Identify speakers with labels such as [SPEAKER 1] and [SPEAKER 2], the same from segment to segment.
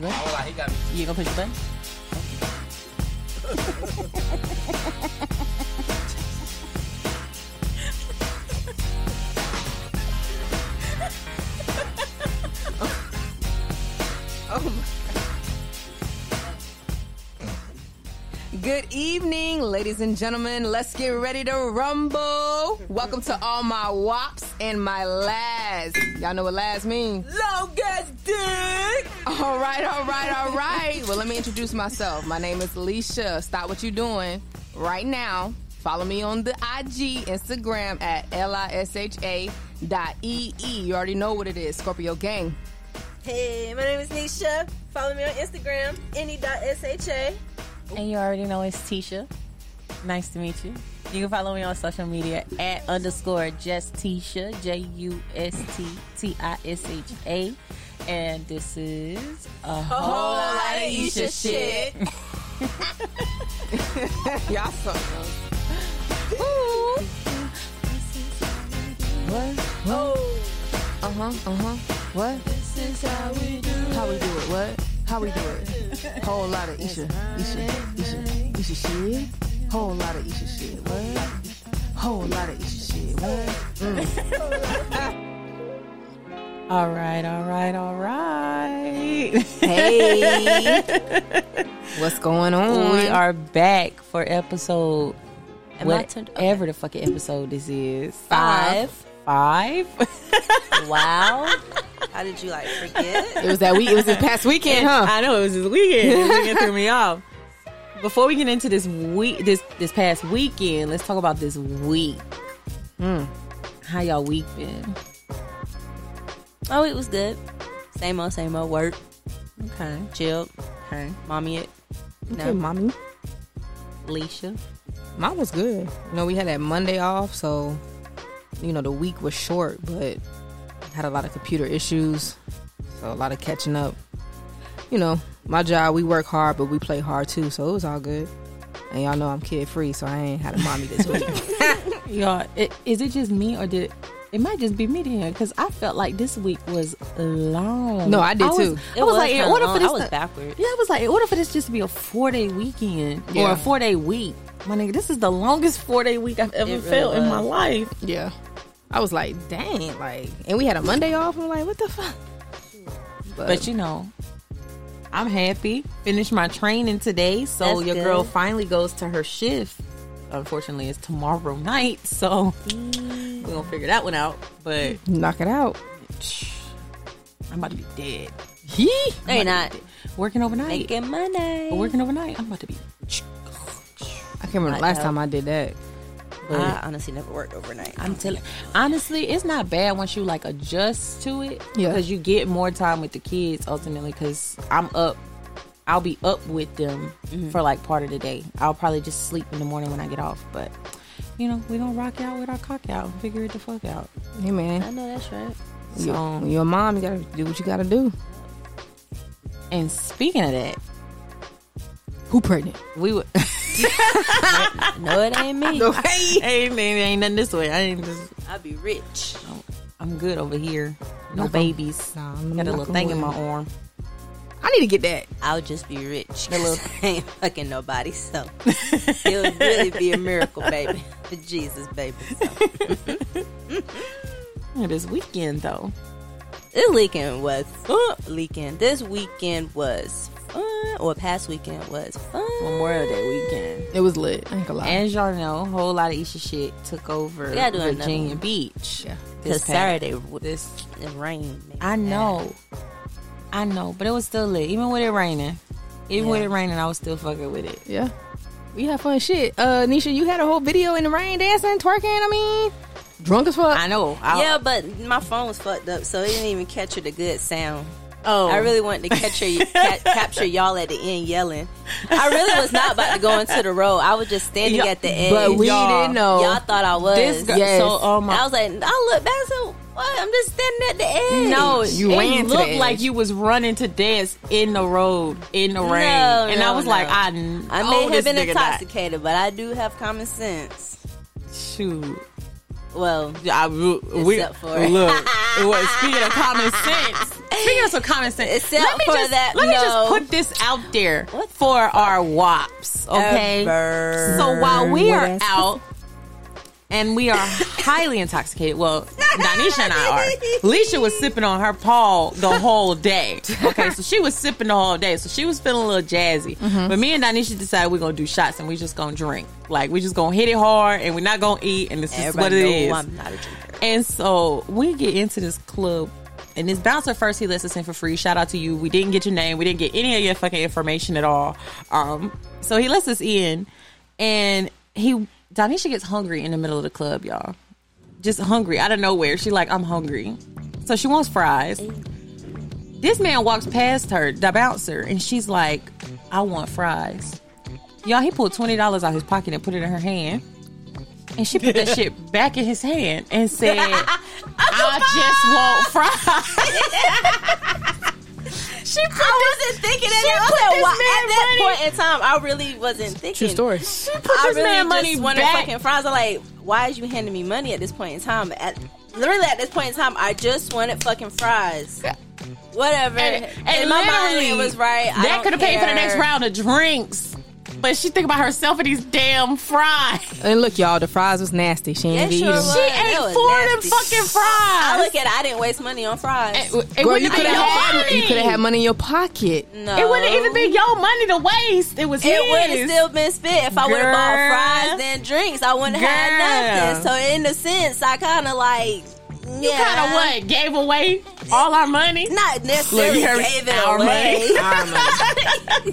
[SPEAKER 1] No?
[SPEAKER 2] Vamos lá, Rica.
[SPEAKER 1] You gonna push the button?
[SPEAKER 3] Good evening, ladies and gentlemen. Let's get ready to rumble. Welcome to all my wops and my lads. Y'all know what lads mean.
[SPEAKER 4] Longest dick.
[SPEAKER 3] All right, all right, all right. Well, let me introduce myself. My name is Alicia. Stop what you're doing right now. Follow me on the IG, Instagram at L I S H A dot E E. You already know what it is, Scorpio Gang.
[SPEAKER 4] Hey, my name is Nisha. Follow me on Instagram, E any.sha.
[SPEAKER 5] And you already know it's Tisha. Nice to meet you. You can follow me on social media at underscore just Tisha, J U S T T I S H A. And this is a whole lot of Isha shit.
[SPEAKER 3] Y'all so Uh huh, uh huh. What? This is how we do it. How we do it? What? How we do it? Whole lot of Isha. Isha. Isha. Isha shit. Whole lot of Isha shit. What? Whole lot of Isha shit. What?
[SPEAKER 5] All right, all right, all right.
[SPEAKER 3] Hey. What's going on?
[SPEAKER 5] we are back for episode
[SPEAKER 4] Am I turned-
[SPEAKER 5] whatever the fucking episode this is.
[SPEAKER 3] Five.
[SPEAKER 5] Five.
[SPEAKER 4] Wow. How did you like
[SPEAKER 3] It
[SPEAKER 4] forget?
[SPEAKER 3] was that week. It was this past weekend, huh?
[SPEAKER 5] I know it was this weekend. This weekend threw me off. Before we get into this week, this this past weekend, let's talk about this week. Hmm. How y'all week been?
[SPEAKER 4] Oh, it was good. Same old, same old. Work,
[SPEAKER 5] Okay,
[SPEAKER 4] chill,
[SPEAKER 5] okay.
[SPEAKER 4] mommy it.
[SPEAKER 3] Good, mommy.
[SPEAKER 5] Alicia,
[SPEAKER 3] Mine was good. You know, we had that Monday off, so you know the week was short, but had a lot of computer issues, so a lot of catching up. You know, my job, we work hard, but we play hard too, so it was all good. And y'all know I'm kid free, so I ain't had a mommy this week.
[SPEAKER 5] y'all, i- is it just me or did it might just be me then? Because I felt like this week was long.
[SPEAKER 3] No, I did
[SPEAKER 5] was-
[SPEAKER 3] too.
[SPEAKER 5] I was, like, in
[SPEAKER 4] kinda
[SPEAKER 5] order
[SPEAKER 4] long.
[SPEAKER 5] for this,
[SPEAKER 4] I was
[SPEAKER 5] to-
[SPEAKER 4] backwards.
[SPEAKER 5] Yeah, I was like, in order for this just to be a four day weekend or
[SPEAKER 3] Yeah.
[SPEAKER 5] a four day week, my nigga, this is the longest four day week I've ever
[SPEAKER 4] It really
[SPEAKER 5] felt in my
[SPEAKER 4] was.
[SPEAKER 5] life.
[SPEAKER 3] yeah, I was like, dang, like, and we had a Monday off. I'm like, what the fuck?
[SPEAKER 5] But you know, I'm happy. Finished my training today, so
[SPEAKER 4] That's
[SPEAKER 5] your girl
[SPEAKER 4] good.
[SPEAKER 5] finally goes to her shift. Unfortunately, it's tomorrow night, so we're gonna figure that one out. But
[SPEAKER 3] knock it out.
[SPEAKER 5] I'm about to be dead.
[SPEAKER 3] He
[SPEAKER 4] No, you're not.
[SPEAKER 5] Working overnight.
[SPEAKER 4] Making money.
[SPEAKER 5] Working overnight. I'm about to be.
[SPEAKER 3] I can't remember the
[SPEAKER 4] I
[SPEAKER 3] last
[SPEAKER 4] know.
[SPEAKER 3] time I did that.
[SPEAKER 4] I honestly never worked overnight.
[SPEAKER 5] I'm telling. Honestly, it's not bad once you like adjust to it.
[SPEAKER 3] Yeah.
[SPEAKER 5] Because you get more time with the kids ultimately. Because I'm up. I'll be up with them
[SPEAKER 4] Mm-hmm.
[SPEAKER 5] for like part of the day. I'll probably just sleep in the morning when I get off. But you know, we gonna rock out with our cock out and figure it the fuck out.
[SPEAKER 3] Hey man,
[SPEAKER 4] I know that's right.
[SPEAKER 3] you,
[SPEAKER 5] So-
[SPEAKER 3] your mom, you gotta do what you gotta do.
[SPEAKER 5] And speaking of that,
[SPEAKER 3] Who pregnant?
[SPEAKER 5] we would.
[SPEAKER 4] No, it ain't me.
[SPEAKER 3] Okay.
[SPEAKER 5] hey man, ain't nothing this way. I ain't just.
[SPEAKER 4] I'll be rich.
[SPEAKER 5] I'm good over here. No
[SPEAKER 3] Knock on-
[SPEAKER 5] babies.
[SPEAKER 3] Nah, I'm
[SPEAKER 5] Got a little
[SPEAKER 3] knocking
[SPEAKER 5] thing in
[SPEAKER 3] wood.
[SPEAKER 5] my arm.
[SPEAKER 3] I need to get that.
[SPEAKER 4] I'll just be rich. I ain't fucking nobody, so it'll really be a miracle, baby. For Jesus, baby. So.
[SPEAKER 5] Yeah, This weekend though.
[SPEAKER 4] This weekend was fun. Weekend. This weekend was fun, or past weekend was fun.
[SPEAKER 5] Memorial Day weekend.
[SPEAKER 3] It was lit. I ain't gonna lie.
[SPEAKER 5] As y'all know, a whole lot of Isha shit took over
[SPEAKER 4] We gotta do another
[SPEAKER 5] Virginia
[SPEAKER 4] one.
[SPEAKER 5] Beach.
[SPEAKER 3] Yeah.
[SPEAKER 4] Cause
[SPEAKER 5] This past-
[SPEAKER 4] Saturday w-
[SPEAKER 5] This
[SPEAKER 4] it rained. man.
[SPEAKER 5] I know, I know, but it was still lit. Even with it raining, even with it raining, I was still fucking with it.
[SPEAKER 3] yeah. We had fun shit. Uh Nisha, you had a whole video in the rain dancing, twerking, I mean. Drunk as fuck.
[SPEAKER 5] I know. I,
[SPEAKER 4] Yeah, but my phone was fucked up, so it didn't even capture the good sound.
[SPEAKER 5] Oh,
[SPEAKER 4] I really wanted to catch her, ca- capture y'all at the end yelling. I really was not about to go into the road. I was just standing
[SPEAKER 5] Y'all-
[SPEAKER 4] at the edge.
[SPEAKER 3] but we
[SPEAKER 5] Y'all-
[SPEAKER 3] didn't know.
[SPEAKER 4] Y'all thought I was.
[SPEAKER 5] this girl.
[SPEAKER 3] Yes.
[SPEAKER 5] So, oh my.
[SPEAKER 4] I was like, I look back and said, what? I'm just standing at the edge.
[SPEAKER 5] no,
[SPEAKER 3] You
[SPEAKER 5] it
[SPEAKER 3] ran to the
[SPEAKER 5] looked
[SPEAKER 3] edge.
[SPEAKER 5] like you was running to dance in the road in the rain, and I
[SPEAKER 4] no,
[SPEAKER 5] was like,
[SPEAKER 4] no.
[SPEAKER 5] I, oh,
[SPEAKER 4] I may have been intoxicated, but I do have common sense.
[SPEAKER 5] Shoot,
[SPEAKER 4] Well,
[SPEAKER 5] I, we, we-
[SPEAKER 4] Except for-
[SPEAKER 5] look. well, speaking of common sense, speaking of some common sense,
[SPEAKER 4] Except
[SPEAKER 5] let me
[SPEAKER 4] for
[SPEAKER 5] just,
[SPEAKER 4] that
[SPEAKER 5] let me just
[SPEAKER 4] no.
[SPEAKER 5] put this out there
[SPEAKER 4] What the
[SPEAKER 5] for our wops, okay?
[SPEAKER 4] Ever.
[SPEAKER 5] So while we are
[SPEAKER 4] Yes.
[SPEAKER 5] out and we are highly intoxicated, well, Danisha and I are. Leisha was sipping on her paw the whole day. Okay, so she was sipping the whole day. So she was feeling a little jazzy.
[SPEAKER 4] Mm-hmm.
[SPEAKER 5] But me and Danisha decided we're gonna do shots and we just gonna drink. Like we just gonna hit it hard and we're not gonna eat and this is what it
[SPEAKER 4] everybody
[SPEAKER 5] is.
[SPEAKER 4] know I'm not a drinker.
[SPEAKER 5] And so we get into this club. And this bouncer first, he lets us in for free. Shout out to you. We didn't get your name. We didn't get any of your fucking information at all. Um, so he lets us in, and he Donisha gets hungry in the middle of the club, y'all. Just hungry out of nowhere. She like, I'm hungry. So she wants fries. This man walks past her, the bouncer, and she's like, I want fries. Y'all, he pulled twenty dollars out his pocket and put it in her hand. And she put that shit back in his hand and said, I just want fries. she put
[SPEAKER 4] I wasn't thinking at, that,
[SPEAKER 5] put
[SPEAKER 4] I was
[SPEAKER 5] this
[SPEAKER 4] like, "Why?"
[SPEAKER 5] man
[SPEAKER 4] at that
[SPEAKER 5] money-
[SPEAKER 4] point in time. I really wasn't thinking.
[SPEAKER 3] True story.
[SPEAKER 5] put
[SPEAKER 4] I
[SPEAKER 5] this
[SPEAKER 4] really
[SPEAKER 5] man
[SPEAKER 4] just
[SPEAKER 5] money
[SPEAKER 4] wanted
[SPEAKER 5] back.
[SPEAKER 4] fucking fries. I'm like, why is you handing me money at this point in time? At literally at this point in time, I just wanted fucking fries. Whatever.
[SPEAKER 5] and, and
[SPEAKER 4] in my mind,
[SPEAKER 5] literally,
[SPEAKER 4] it was right. I
[SPEAKER 5] That
[SPEAKER 4] don't
[SPEAKER 5] could have paid for the next
[SPEAKER 4] care.
[SPEAKER 5] round of drinks. But she think about herself and these damn fries.
[SPEAKER 3] And look, y'all, the fries was nasty. She ain't
[SPEAKER 4] It
[SPEAKER 3] even
[SPEAKER 4] sure
[SPEAKER 3] eat 'em.
[SPEAKER 4] was.
[SPEAKER 5] She
[SPEAKER 4] that
[SPEAKER 5] ate
[SPEAKER 4] was
[SPEAKER 5] four of them
[SPEAKER 4] nasty.
[SPEAKER 5] fucking fries.
[SPEAKER 4] I look at. it, I didn't waste money on fries.
[SPEAKER 5] it, it
[SPEAKER 3] Girl,
[SPEAKER 5] wouldn't
[SPEAKER 3] you
[SPEAKER 5] be
[SPEAKER 3] could
[SPEAKER 5] your
[SPEAKER 3] have had,
[SPEAKER 5] money.
[SPEAKER 3] you could have had money in your pocket.
[SPEAKER 4] no,
[SPEAKER 5] It wouldn't even be your money to waste. It was his.
[SPEAKER 4] It would have still been spent if I would have bought
[SPEAKER 5] Girl.
[SPEAKER 4] fries and drinks. I wouldn't have
[SPEAKER 5] Girl.
[SPEAKER 4] had nothing. So in a sense, I kind of like
[SPEAKER 5] You kind of
[SPEAKER 4] yeah.
[SPEAKER 5] what? Gave away all our money?
[SPEAKER 4] Not necessarily
[SPEAKER 5] Look, you heard
[SPEAKER 4] gave
[SPEAKER 5] me.
[SPEAKER 4] it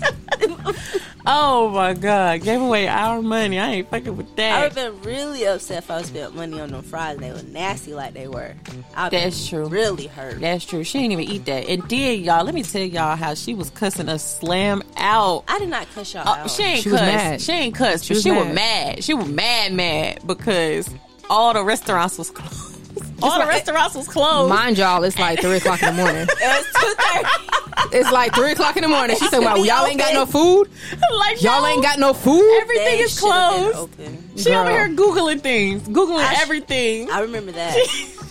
[SPEAKER 5] Our
[SPEAKER 4] away.
[SPEAKER 5] money. Oh my God. Gave away our money. I ain't fucking with
[SPEAKER 4] I
[SPEAKER 5] that.
[SPEAKER 4] would have been really upset if I spent money on them fries. They were nasty like they were. I'd been
[SPEAKER 5] That's true.
[SPEAKER 4] Really hurt.
[SPEAKER 5] That's true. She didn't even eat that. And then, y'all, let me tell y'all how she was cussing us slam out.
[SPEAKER 4] I did not cuss y'all
[SPEAKER 5] Uh,
[SPEAKER 4] out.
[SPEAKER 5] she ain't
[SPEAKER 3] She was
[SPEAKER 5] cussed.
[SPEAKER 3] mad.
[SPEAKER 5] She ain't cussed,
[SPEAKER 3] She
[SPEAKER 5] but
[SPEAKER 3] was
[SPEAKER 5] she was
[SPEAKER 3] mad.
[SPEAKER 5] mad. She was mad, mad because all the restaurants was closed. all the
[SPEAKER 3] like-
[SPEAKER 5] restaurants was closed.
[SPEAKER 3] Mind y'all, it's like three o'clock in the morning.
[SPEAKER 4] It was two thirty.
[SPEAKER 3] It's like three o'clock in the morning. She's talking about y'all ain't got no food.
[SPEAKER 5] like,
[SPEAKER 3] Y'all
[SPEAKER 5] no,
[SPEAKER 3] ain't got no food.
[SPEAKER 5] everything is closed. She over
[SPEAKER 3] Girl.
[SPEAKER 5] here googling things, googling
[SPEAKER 4] I sh-
[SPEAKER 5] everything.
[SPEAKER 4] I remember that.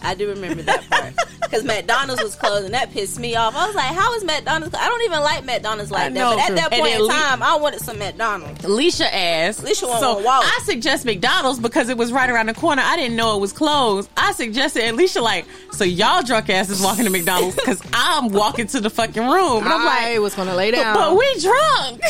[SPEAKER 4] I do remember that part because McDonald's was closed and that pissed me off. I was like, "How is McDonald's? clo- I don't even like McDonald's
[SPEAKER 5] I
[SPEAKER 4] like that."
[SPEAKER 5] know.
[SPEAKER 4] But at that
[SPEAKER 5] And
[SPEAKER 4] point
[SPEAKER 5] then
[SPEAKER 4] in
[SPEAKER 5] Le-
[SPEAKER 4] time, I wanted some McDonald's.
[SPEAKER 5] Leisha asked.
[SPEAKER 4] Leisha went
[SPEAKER 5] so
[SPEAKER 4] on a walk.
[SPEAKER 5] I suggest McDonald's because it was right around the corner. I didn't know it was closed. I suggested, and Leisha like, so y'all drunk asses walking to McDonald's because I'm walking to the fucking room. And I'm
[SPEAKER 3] I
[SPEAKER 5] like,
[SPEAKER 3] was gonna lay down.
[SPEAKER 5] but we drunk.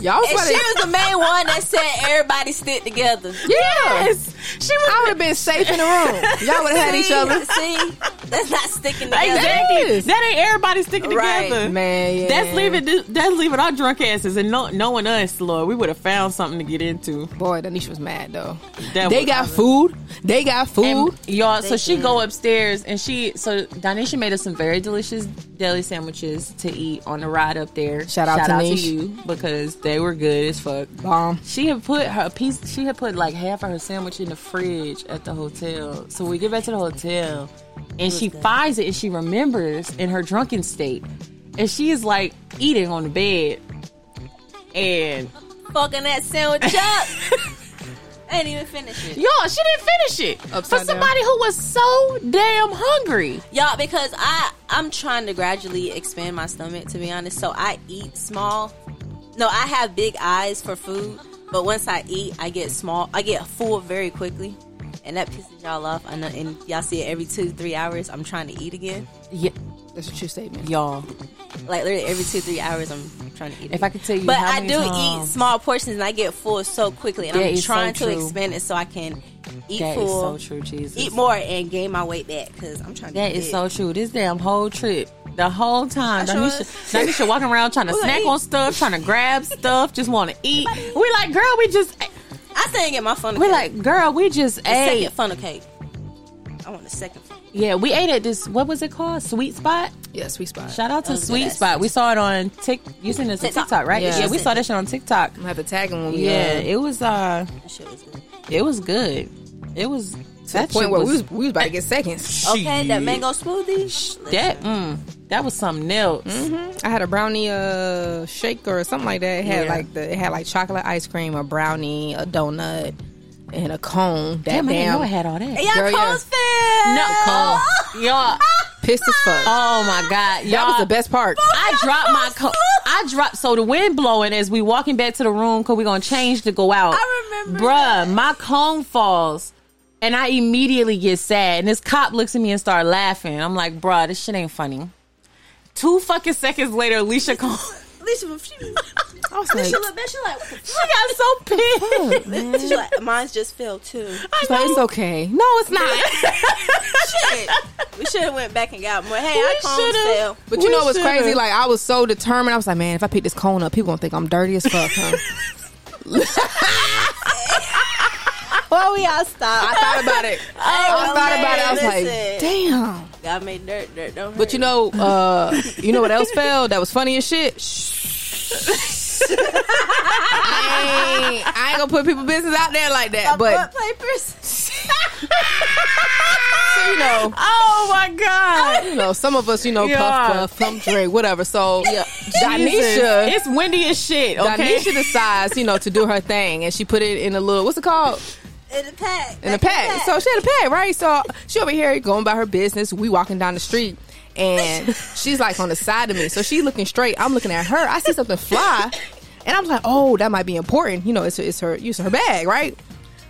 [SPEAKER 3] y'all was
[SPEAKER 4] And
[SPEAKER 3] about
[SPEAKER 4] she
[SPEAKER 3] to,
[SPEAKER 4] was the main one that said everybody stick together.
[SPEAKER 5] yes, she
[SPEAKER 3] I
[SPEAKER 5] was
[SPEAKER 3] would have been safe in the room. Y'all would have had each
[SPEAKER 4] See?
[SPEAKER 3] other.
[SPEAKER 4] See, that's not sticking together.
[SPEAKER 5] exactly.
[SPEAKER 3] Yes.
[SPEAKER 5] That ain't everybody sticking
[SPEAKER 4] Right.
[SPEAKER 5] together.
[SPEAKER 3] Man, yeah.
[SPEAKER 5] That's leaving. th- That's leaving our drunk asses and no, knowing us, Lord, we would have found something to get into.
[SPEAKER 3] Boy, Danisha was mad though.
[SPEAKER 5] That
[SPEAKER 3] they
[SPEAKER 5] was-
[SPEAKER 3] got food. They got food.
[SPEAKER 5] And y'all, so
[SPEAKER 4] They
[SPEAKER 5] she
[SPEAKER 4] did.
[SPEAKER 5] go upstairs and she so Donisha made us some very delicious deli sandwiches to eat on the ride up there.
[SPEAKER 3] Shout out to Niche.
[SPEAKER 5] you because they were good as fuck.
[SPEAKER 3] Bomb.
[SPEAKER 5] She had put her piece. She had put like half of her sandwich in the fridge at the hotel. So we get back to the hotel, and she finds it and she remembers in her drunken state, and she is like eating on the bed, and
[SPEAKER 4] Fucking that sandwich up. Ain't even finished it.
[SPEAKER 5] y'all she didn't finish it
[SPEAKER 3] Upside
[SPEAKER 5] for
[SPEAKER 3] down.
[SPEAKER 5] somebody who was so damn hungry.
[SPEAKER 4] y'all because i i'm trying to gradually expand my stomach to be honest so i eat small no i have big eyes for food but once i eat i get small i get full very quickly and that pisses y'all off I know, and y'all see it every two three hours i'm trying to eat again
[SPEAKER 5] Yeah,
[SPEAKER 3] That's a true statement.
[SPEAKER 5] y'all.
[SPEAKER 4] like literally every two three hours i'm trying to eat
[SPEAKER 5] If
[SPEAKER 4] again.
[SPEAKER 5] I could tell you,
[SPEAKER 4] but
[SPEAKER 5] how
[SPEAKER 4] i
[SPEAKER 5] many
[SPEAKER 4] do eat
[SPEAKER 5] times-
[SPEAKER 4] small portions and i get full so quickly and
[SPEAKER 5] That
[SPEAKER 4] i'm
[SPEAKER 5] is so
[SPEAKER 4] trying to
[SPEAKER 5] true.
[SPEAKER 4] expand it so i can eat
[SPEAKER 5] That is
[SPEAKER 4] full
[SPEAKER 5] so true, Jesus.
[SPEAKER 4] eat more and gain my weight back because i'm trying to
[SPEAKER 5] That
[SPEAKER 4] get
[SPEAKER 5] is
[SPEAKER 4] big.
[SPEAKER 5] so true. This damn whole trip, the whole time,
[SPEAKER 4] I sure
[SPEAKER 5] Danisha,
[SPEAKER 4] was.
[SPEAKER 5] Danisha walking around trying to
[SPEAKER 4] We gonna
[SPEAKER 5] snack
[SPEAKER 4] eat.
[SPEAKER 5] on stuff, trying to grab stuff, just want to eat. We like, girl, we just, ate."
[SPEAKER 4] i still didn't get my phone
[SPEAKER 5] we like, girl, we just
[SPEAKER 4] The
[SPEAKER 5] ate.
[SPEAKER 4] second funnel cake. I want the second funnel.
[SPEAKER 5] Yeah, we ate at this. What was it called? Sweet Spot.
[SPEAKER 3] Yeah, sweet spot.
[SPEAKER 5] Shout out to
[SPEAKER 4] Oh,
[SPEAKER 5] Sweet
[SPEAKER 4] yes.
[SPEAKER 5] Spot. We saw it on Tik. You sent us a
[SPEAKER 4] TikTok.
[SPEAKER 5] TikTok, right?
[SPEAKER 3] Yeah.
[SPEAKER 5] Yeah, we saw that shit on TikTok.
[SPEAKER 3] I'm gonna have to tag him when we
[SPEAKER 5] Yeah,
[SPEAKER 3] yeah.
[SPEAKER 5] it was. uh
[SPEAKER 4] That shit was good.
[SPEAKER 5] It was good. It was
[SPEAKER 3] to
[SPEAKER 5] that
[SPEAKER 3] the point
[SPEAKER 5] shit
[SPEAKER 3] where we was we was about to get seconds.
[SPEAKER 4] Okay, that
[SPEAKER 5] Shit.
[SPEAKER 4] mango smoothie. Shh,
[SPEAKER 5] That
[SPEAKER 4] listen.
[SPEAKER 5] mm, that was something else.
[SPEAKER 3] Mm-hmm. I had a brownie uh shake or something like that. It had
[SPEAKER 5] Yeah.
[SPEAKER 3] like the it had like chocolate ice cream, a brownie, a donut, and a cone. That
[SPEAKER 5] Damn, I didn't know I
[SPEAKER 3] damn
[SPEAKER 5] had all that.
[SPEAKER 4] Y'all
[SPEAKER 3] Girl, yeah.
[SPEAKER 4] close fit.
[SPEAKER 5] No, Cole. Y'all.
[SPEAKER 3] pissed as fuck. Oh,
[SPEAKER 5] Oh my God. Y'all.
[SPEAKER 3] that was the best part.
[SPEAKER 5] I dropped my coat. I dropped. So the wind blowing as we walking back to the room because we're gonna change to go out.
[SPEAKER 4] I remember
[SPEAKER 5] bruh. My cone falls, and I immediately get sad. And this cop looks at me and start laughing. I'm like, bruh, this shit ain't funny. Two fucking seconds later, Alicia Cone.
[SPEAKER 4] Alicia, she, Alicia
[SPEAKER 3] I was like,
[SPEAKER 4] look back. She like, what the
[SPEAKER 5] she got so pissed.
[SPEAKER 4] fuck? She like, mine's just fell too.
[SPEAKER 3] she's like, it's okay. No, it's not.
[SPEAKER 4] Shit. we should have went back and got more. Hey, I
[SPEAKER 5] We
[SPEAKER 4] can't
[SPEAKER 5] shoulda.
[SPEAKER 4] sell.
[SPEAKER 3] But you
[SPEAKER 5] We
[SPEAKER 3] know what's
[SPEAKER 5] should've.
[SPEAKER 3] crazy? Like I was so determined. I was like, man, if I pick this cone up, people gonna think I'm dirty as fuck. Huh?
[SPEAKER 4] Well, we all stopped.
[SPEAKER 3] I thought about it. I
[SPEAKER 4] well,
[SPEAKER 3] thought about it. I was
[SPEAKER 4] man,
[SPEAKER 3] like,
[SPEAKER 4] listen.
[SPEAKER 3] damn.
[SPEAKER 4] God made dirt, dirt don't
[SPEAKER 3] But you know, uh, you know what else fell? That was funny as shit. I, ain't, I ain't gonna put people business out there like that. But
[SPEAKER 4] papers.
[SPEAKER 3] so, you know,
[SPEAKER 5] oh my God.
[SPEAKER 3] you know, some of us, you know,
[SPEAKER 5] Yeah.
[SPEAKER 3] puff puff, plum drink, whatever. So yeah,
[SPEAKER 5] Jesus.
[SPEAKER 3] Danisha,
[SPEAKER 5] It's windy as shit. Okay.
[SPEAKER 3] Danisha decides, you know, to do her thing, and she put it in a little what's it called?
[SPEAKER 4] in the pack.
[SPEAKER 3] in a pack. So she had a pack, right? So she over here going about her business. We walking down the street. And she's like on the side of me. So she's looking straight. I'm looking at her. I see something fly. And I'm like, oh, that might be important. You know, it's, it's her use her bag, right?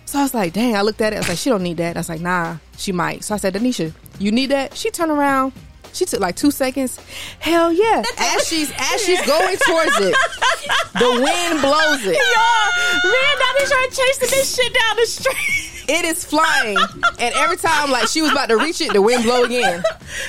[SPEAKER 3] So I was like, dang, I looked at it. I was like, she don't need that. I was like, nah, she might. So I said, Danisha, you need that? She turned around. She took like two seconds. Hell yeah. As she's as she's going towards it, the wind blows it.
[SPEAKER 5] Y'all, Oh, me and Donnie trying chasing this shit down the street.
[SPEAKER 3] It is flying, and every time like she was about to reach it, the wind blow again.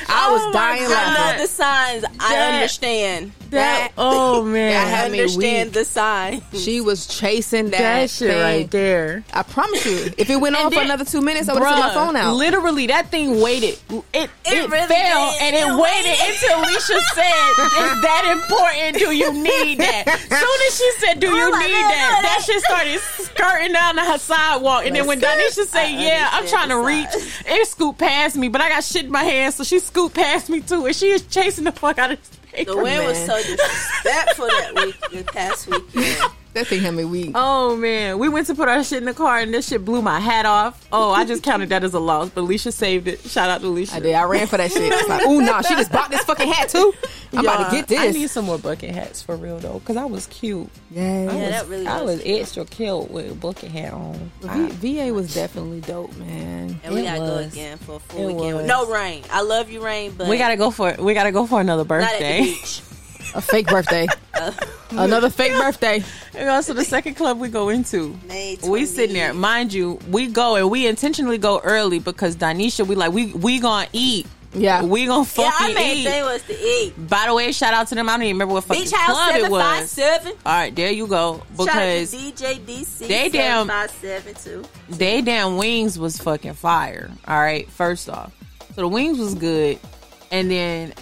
[SPEAKER 3] I was
[SPEAKER 5] Oh my
[SPEAKER 3] dying
[SPEAKER 5] God.
[SPEAKER 4] I love
[SPEAKER 3] laughing.
[SPEAKER 4] the signs. I
[SPEAKER 5] That-
[SPEAKER 4] understand.
[SPEAKER 3] That-
[SPEAKER 5] oh man,
[SPEAKER 3] That had me
[SPEAKER 4] understand
[SPEAKER 3] weak.
[SPEAKER 4] the sign.
[SPEAKER 3] She was chasing that,
[SPEAKER 5] that shit
[SPEAKER 3] thing.
[SPEAKER 5] right there.
[SPEAKER 3] I promise you, if it went on for
[SPEAKER 5] then-
[SPEAKER 3] another two minutes, I would have
[SPEAKER 5] Bruh,
[SPEAKER 3] took my phone out.
[SPEAKER 5] Literally, that thing waited. It it,
[SPEAKER 4] really
[SPEAKER 5] fell
[SPEAKER 4] did.
[SPEAKER 5] and it,
[SPEAKER 4] It
[SPEAKER 5] waited
[SPEAKER 4] waited.
[SPEAKER 5] until Alicia said, "Is that important? Do you need that?" Soon as she said, "Do you
[SPEAKER 4] my
[SPEAKER 5] need
[SPEAKER 4] God,
[SPEAKER 5] that?"
[SPEAKER 4] no,
[SPEAKER 5] That
[SPEAKER 4] that-
[SPEAKER 5] shit started skirting down the her sidewalk, and then when
[SPEAKER 4] Skirt.
[SPEAKER 5] Donisha said,
[SPEAKER 4] I
[SPEAKER 5] "Yeah, I'm
[SPEAKER 4] understand
[SPEAKER 5] trying to
[SPEAKER 4] Uh, the
[SPEAKER 5] reach,"
[SPEAKER 4] size.
[SPEAKER 5] it scooped past me, but I got shit in my hand, so she scooped past me too, and she is chasing the fuck out of this paper.
[SPEAKER 4] The wind was
[SPEAKER 3] man.
[SPEAKER 4] so disrespectful that week, the past weekend.
[SPEAKER 3] that thing had me weak.
[SPEAKER 5] Oh man, we went to put our shit in the car and this shit blew my hat off. Oh, I just counted that as a loss, but Alicia saved it. Shout out to Alicia.
[SPEAKER 3] I did. I ran for that shit. I was like, ooh, nah, she just bought this fucking hat too. I'm about to get
[SPEAKER 5] I
[SPEAKER 3] this.
[SPEAKER 5] need some more bucket hats for real though, because I was cute.
[SPEAKER 4] Yeah,
[SPEAKER 3] yeah.
[SPEAKER 4] that really
[SPEAKER 5] I
[SPEAKER 4] was.
[SPEAKER 5] was extra cute with a bucket hat on.
[SPEAKER 3] V- VA was definitely dope, man.
[SPEAKER 4] And we
[SPEAKER 5] It
[SPEAKER 4] gotta
[SPEAKER 5] was.
[SPEAKER 4] go again for a full
[SPEAKER 5] It
[SPEAKER 4] weekend.
[SPEAKER 5] was.
[SPEAKER 4] No rain. I love you, rain, but
[SPEAKER 5] We gotta go for we gotta go for another
[SPEAKER 4] not at the
[SPEAKER 5] birthday.
[SPEAKER 4] beach.
[SPEAKER 3] A fake birthday. Another fake birthday.
[SPEAKER 5] and also the second club we go into.
[SPEAKER 4] May
[SPEAKER 5] We sitting there,
[SPEAKER 4] 20.
[SPEAKER 5] mind you, we go and we intentionally go early because Donisha, we like we we gonna eat.
[SPEAKER 3] Yeah.
[SPEAKER 5] We gonna
[SPEAKER 4] Yeah,
[SPEAKER 5] fucking
[SPEAKER 4] our main
[SPEAKER 5] eat.
[SPEAKER 4] thing was to eat.
[SPEAKER 5] By the way, shout out to them. I don't even remember what fucking
[SPEAKER 4] Beach House
[SPEAKER 5] club it
[SPEAKER 4] seven
[SPEAKER 5] was.
[SPEAKER 4] five seven.
[SPEAKER 5] All right, there you go. Because
[SPEAKER 4] DJ DC
[SPEAKER 5] they damn-
[SPEAKER 4] seven five seven two.
[SPEAKER 5] they damn wings was fucking fire. All right, first off, so the wings was good, and then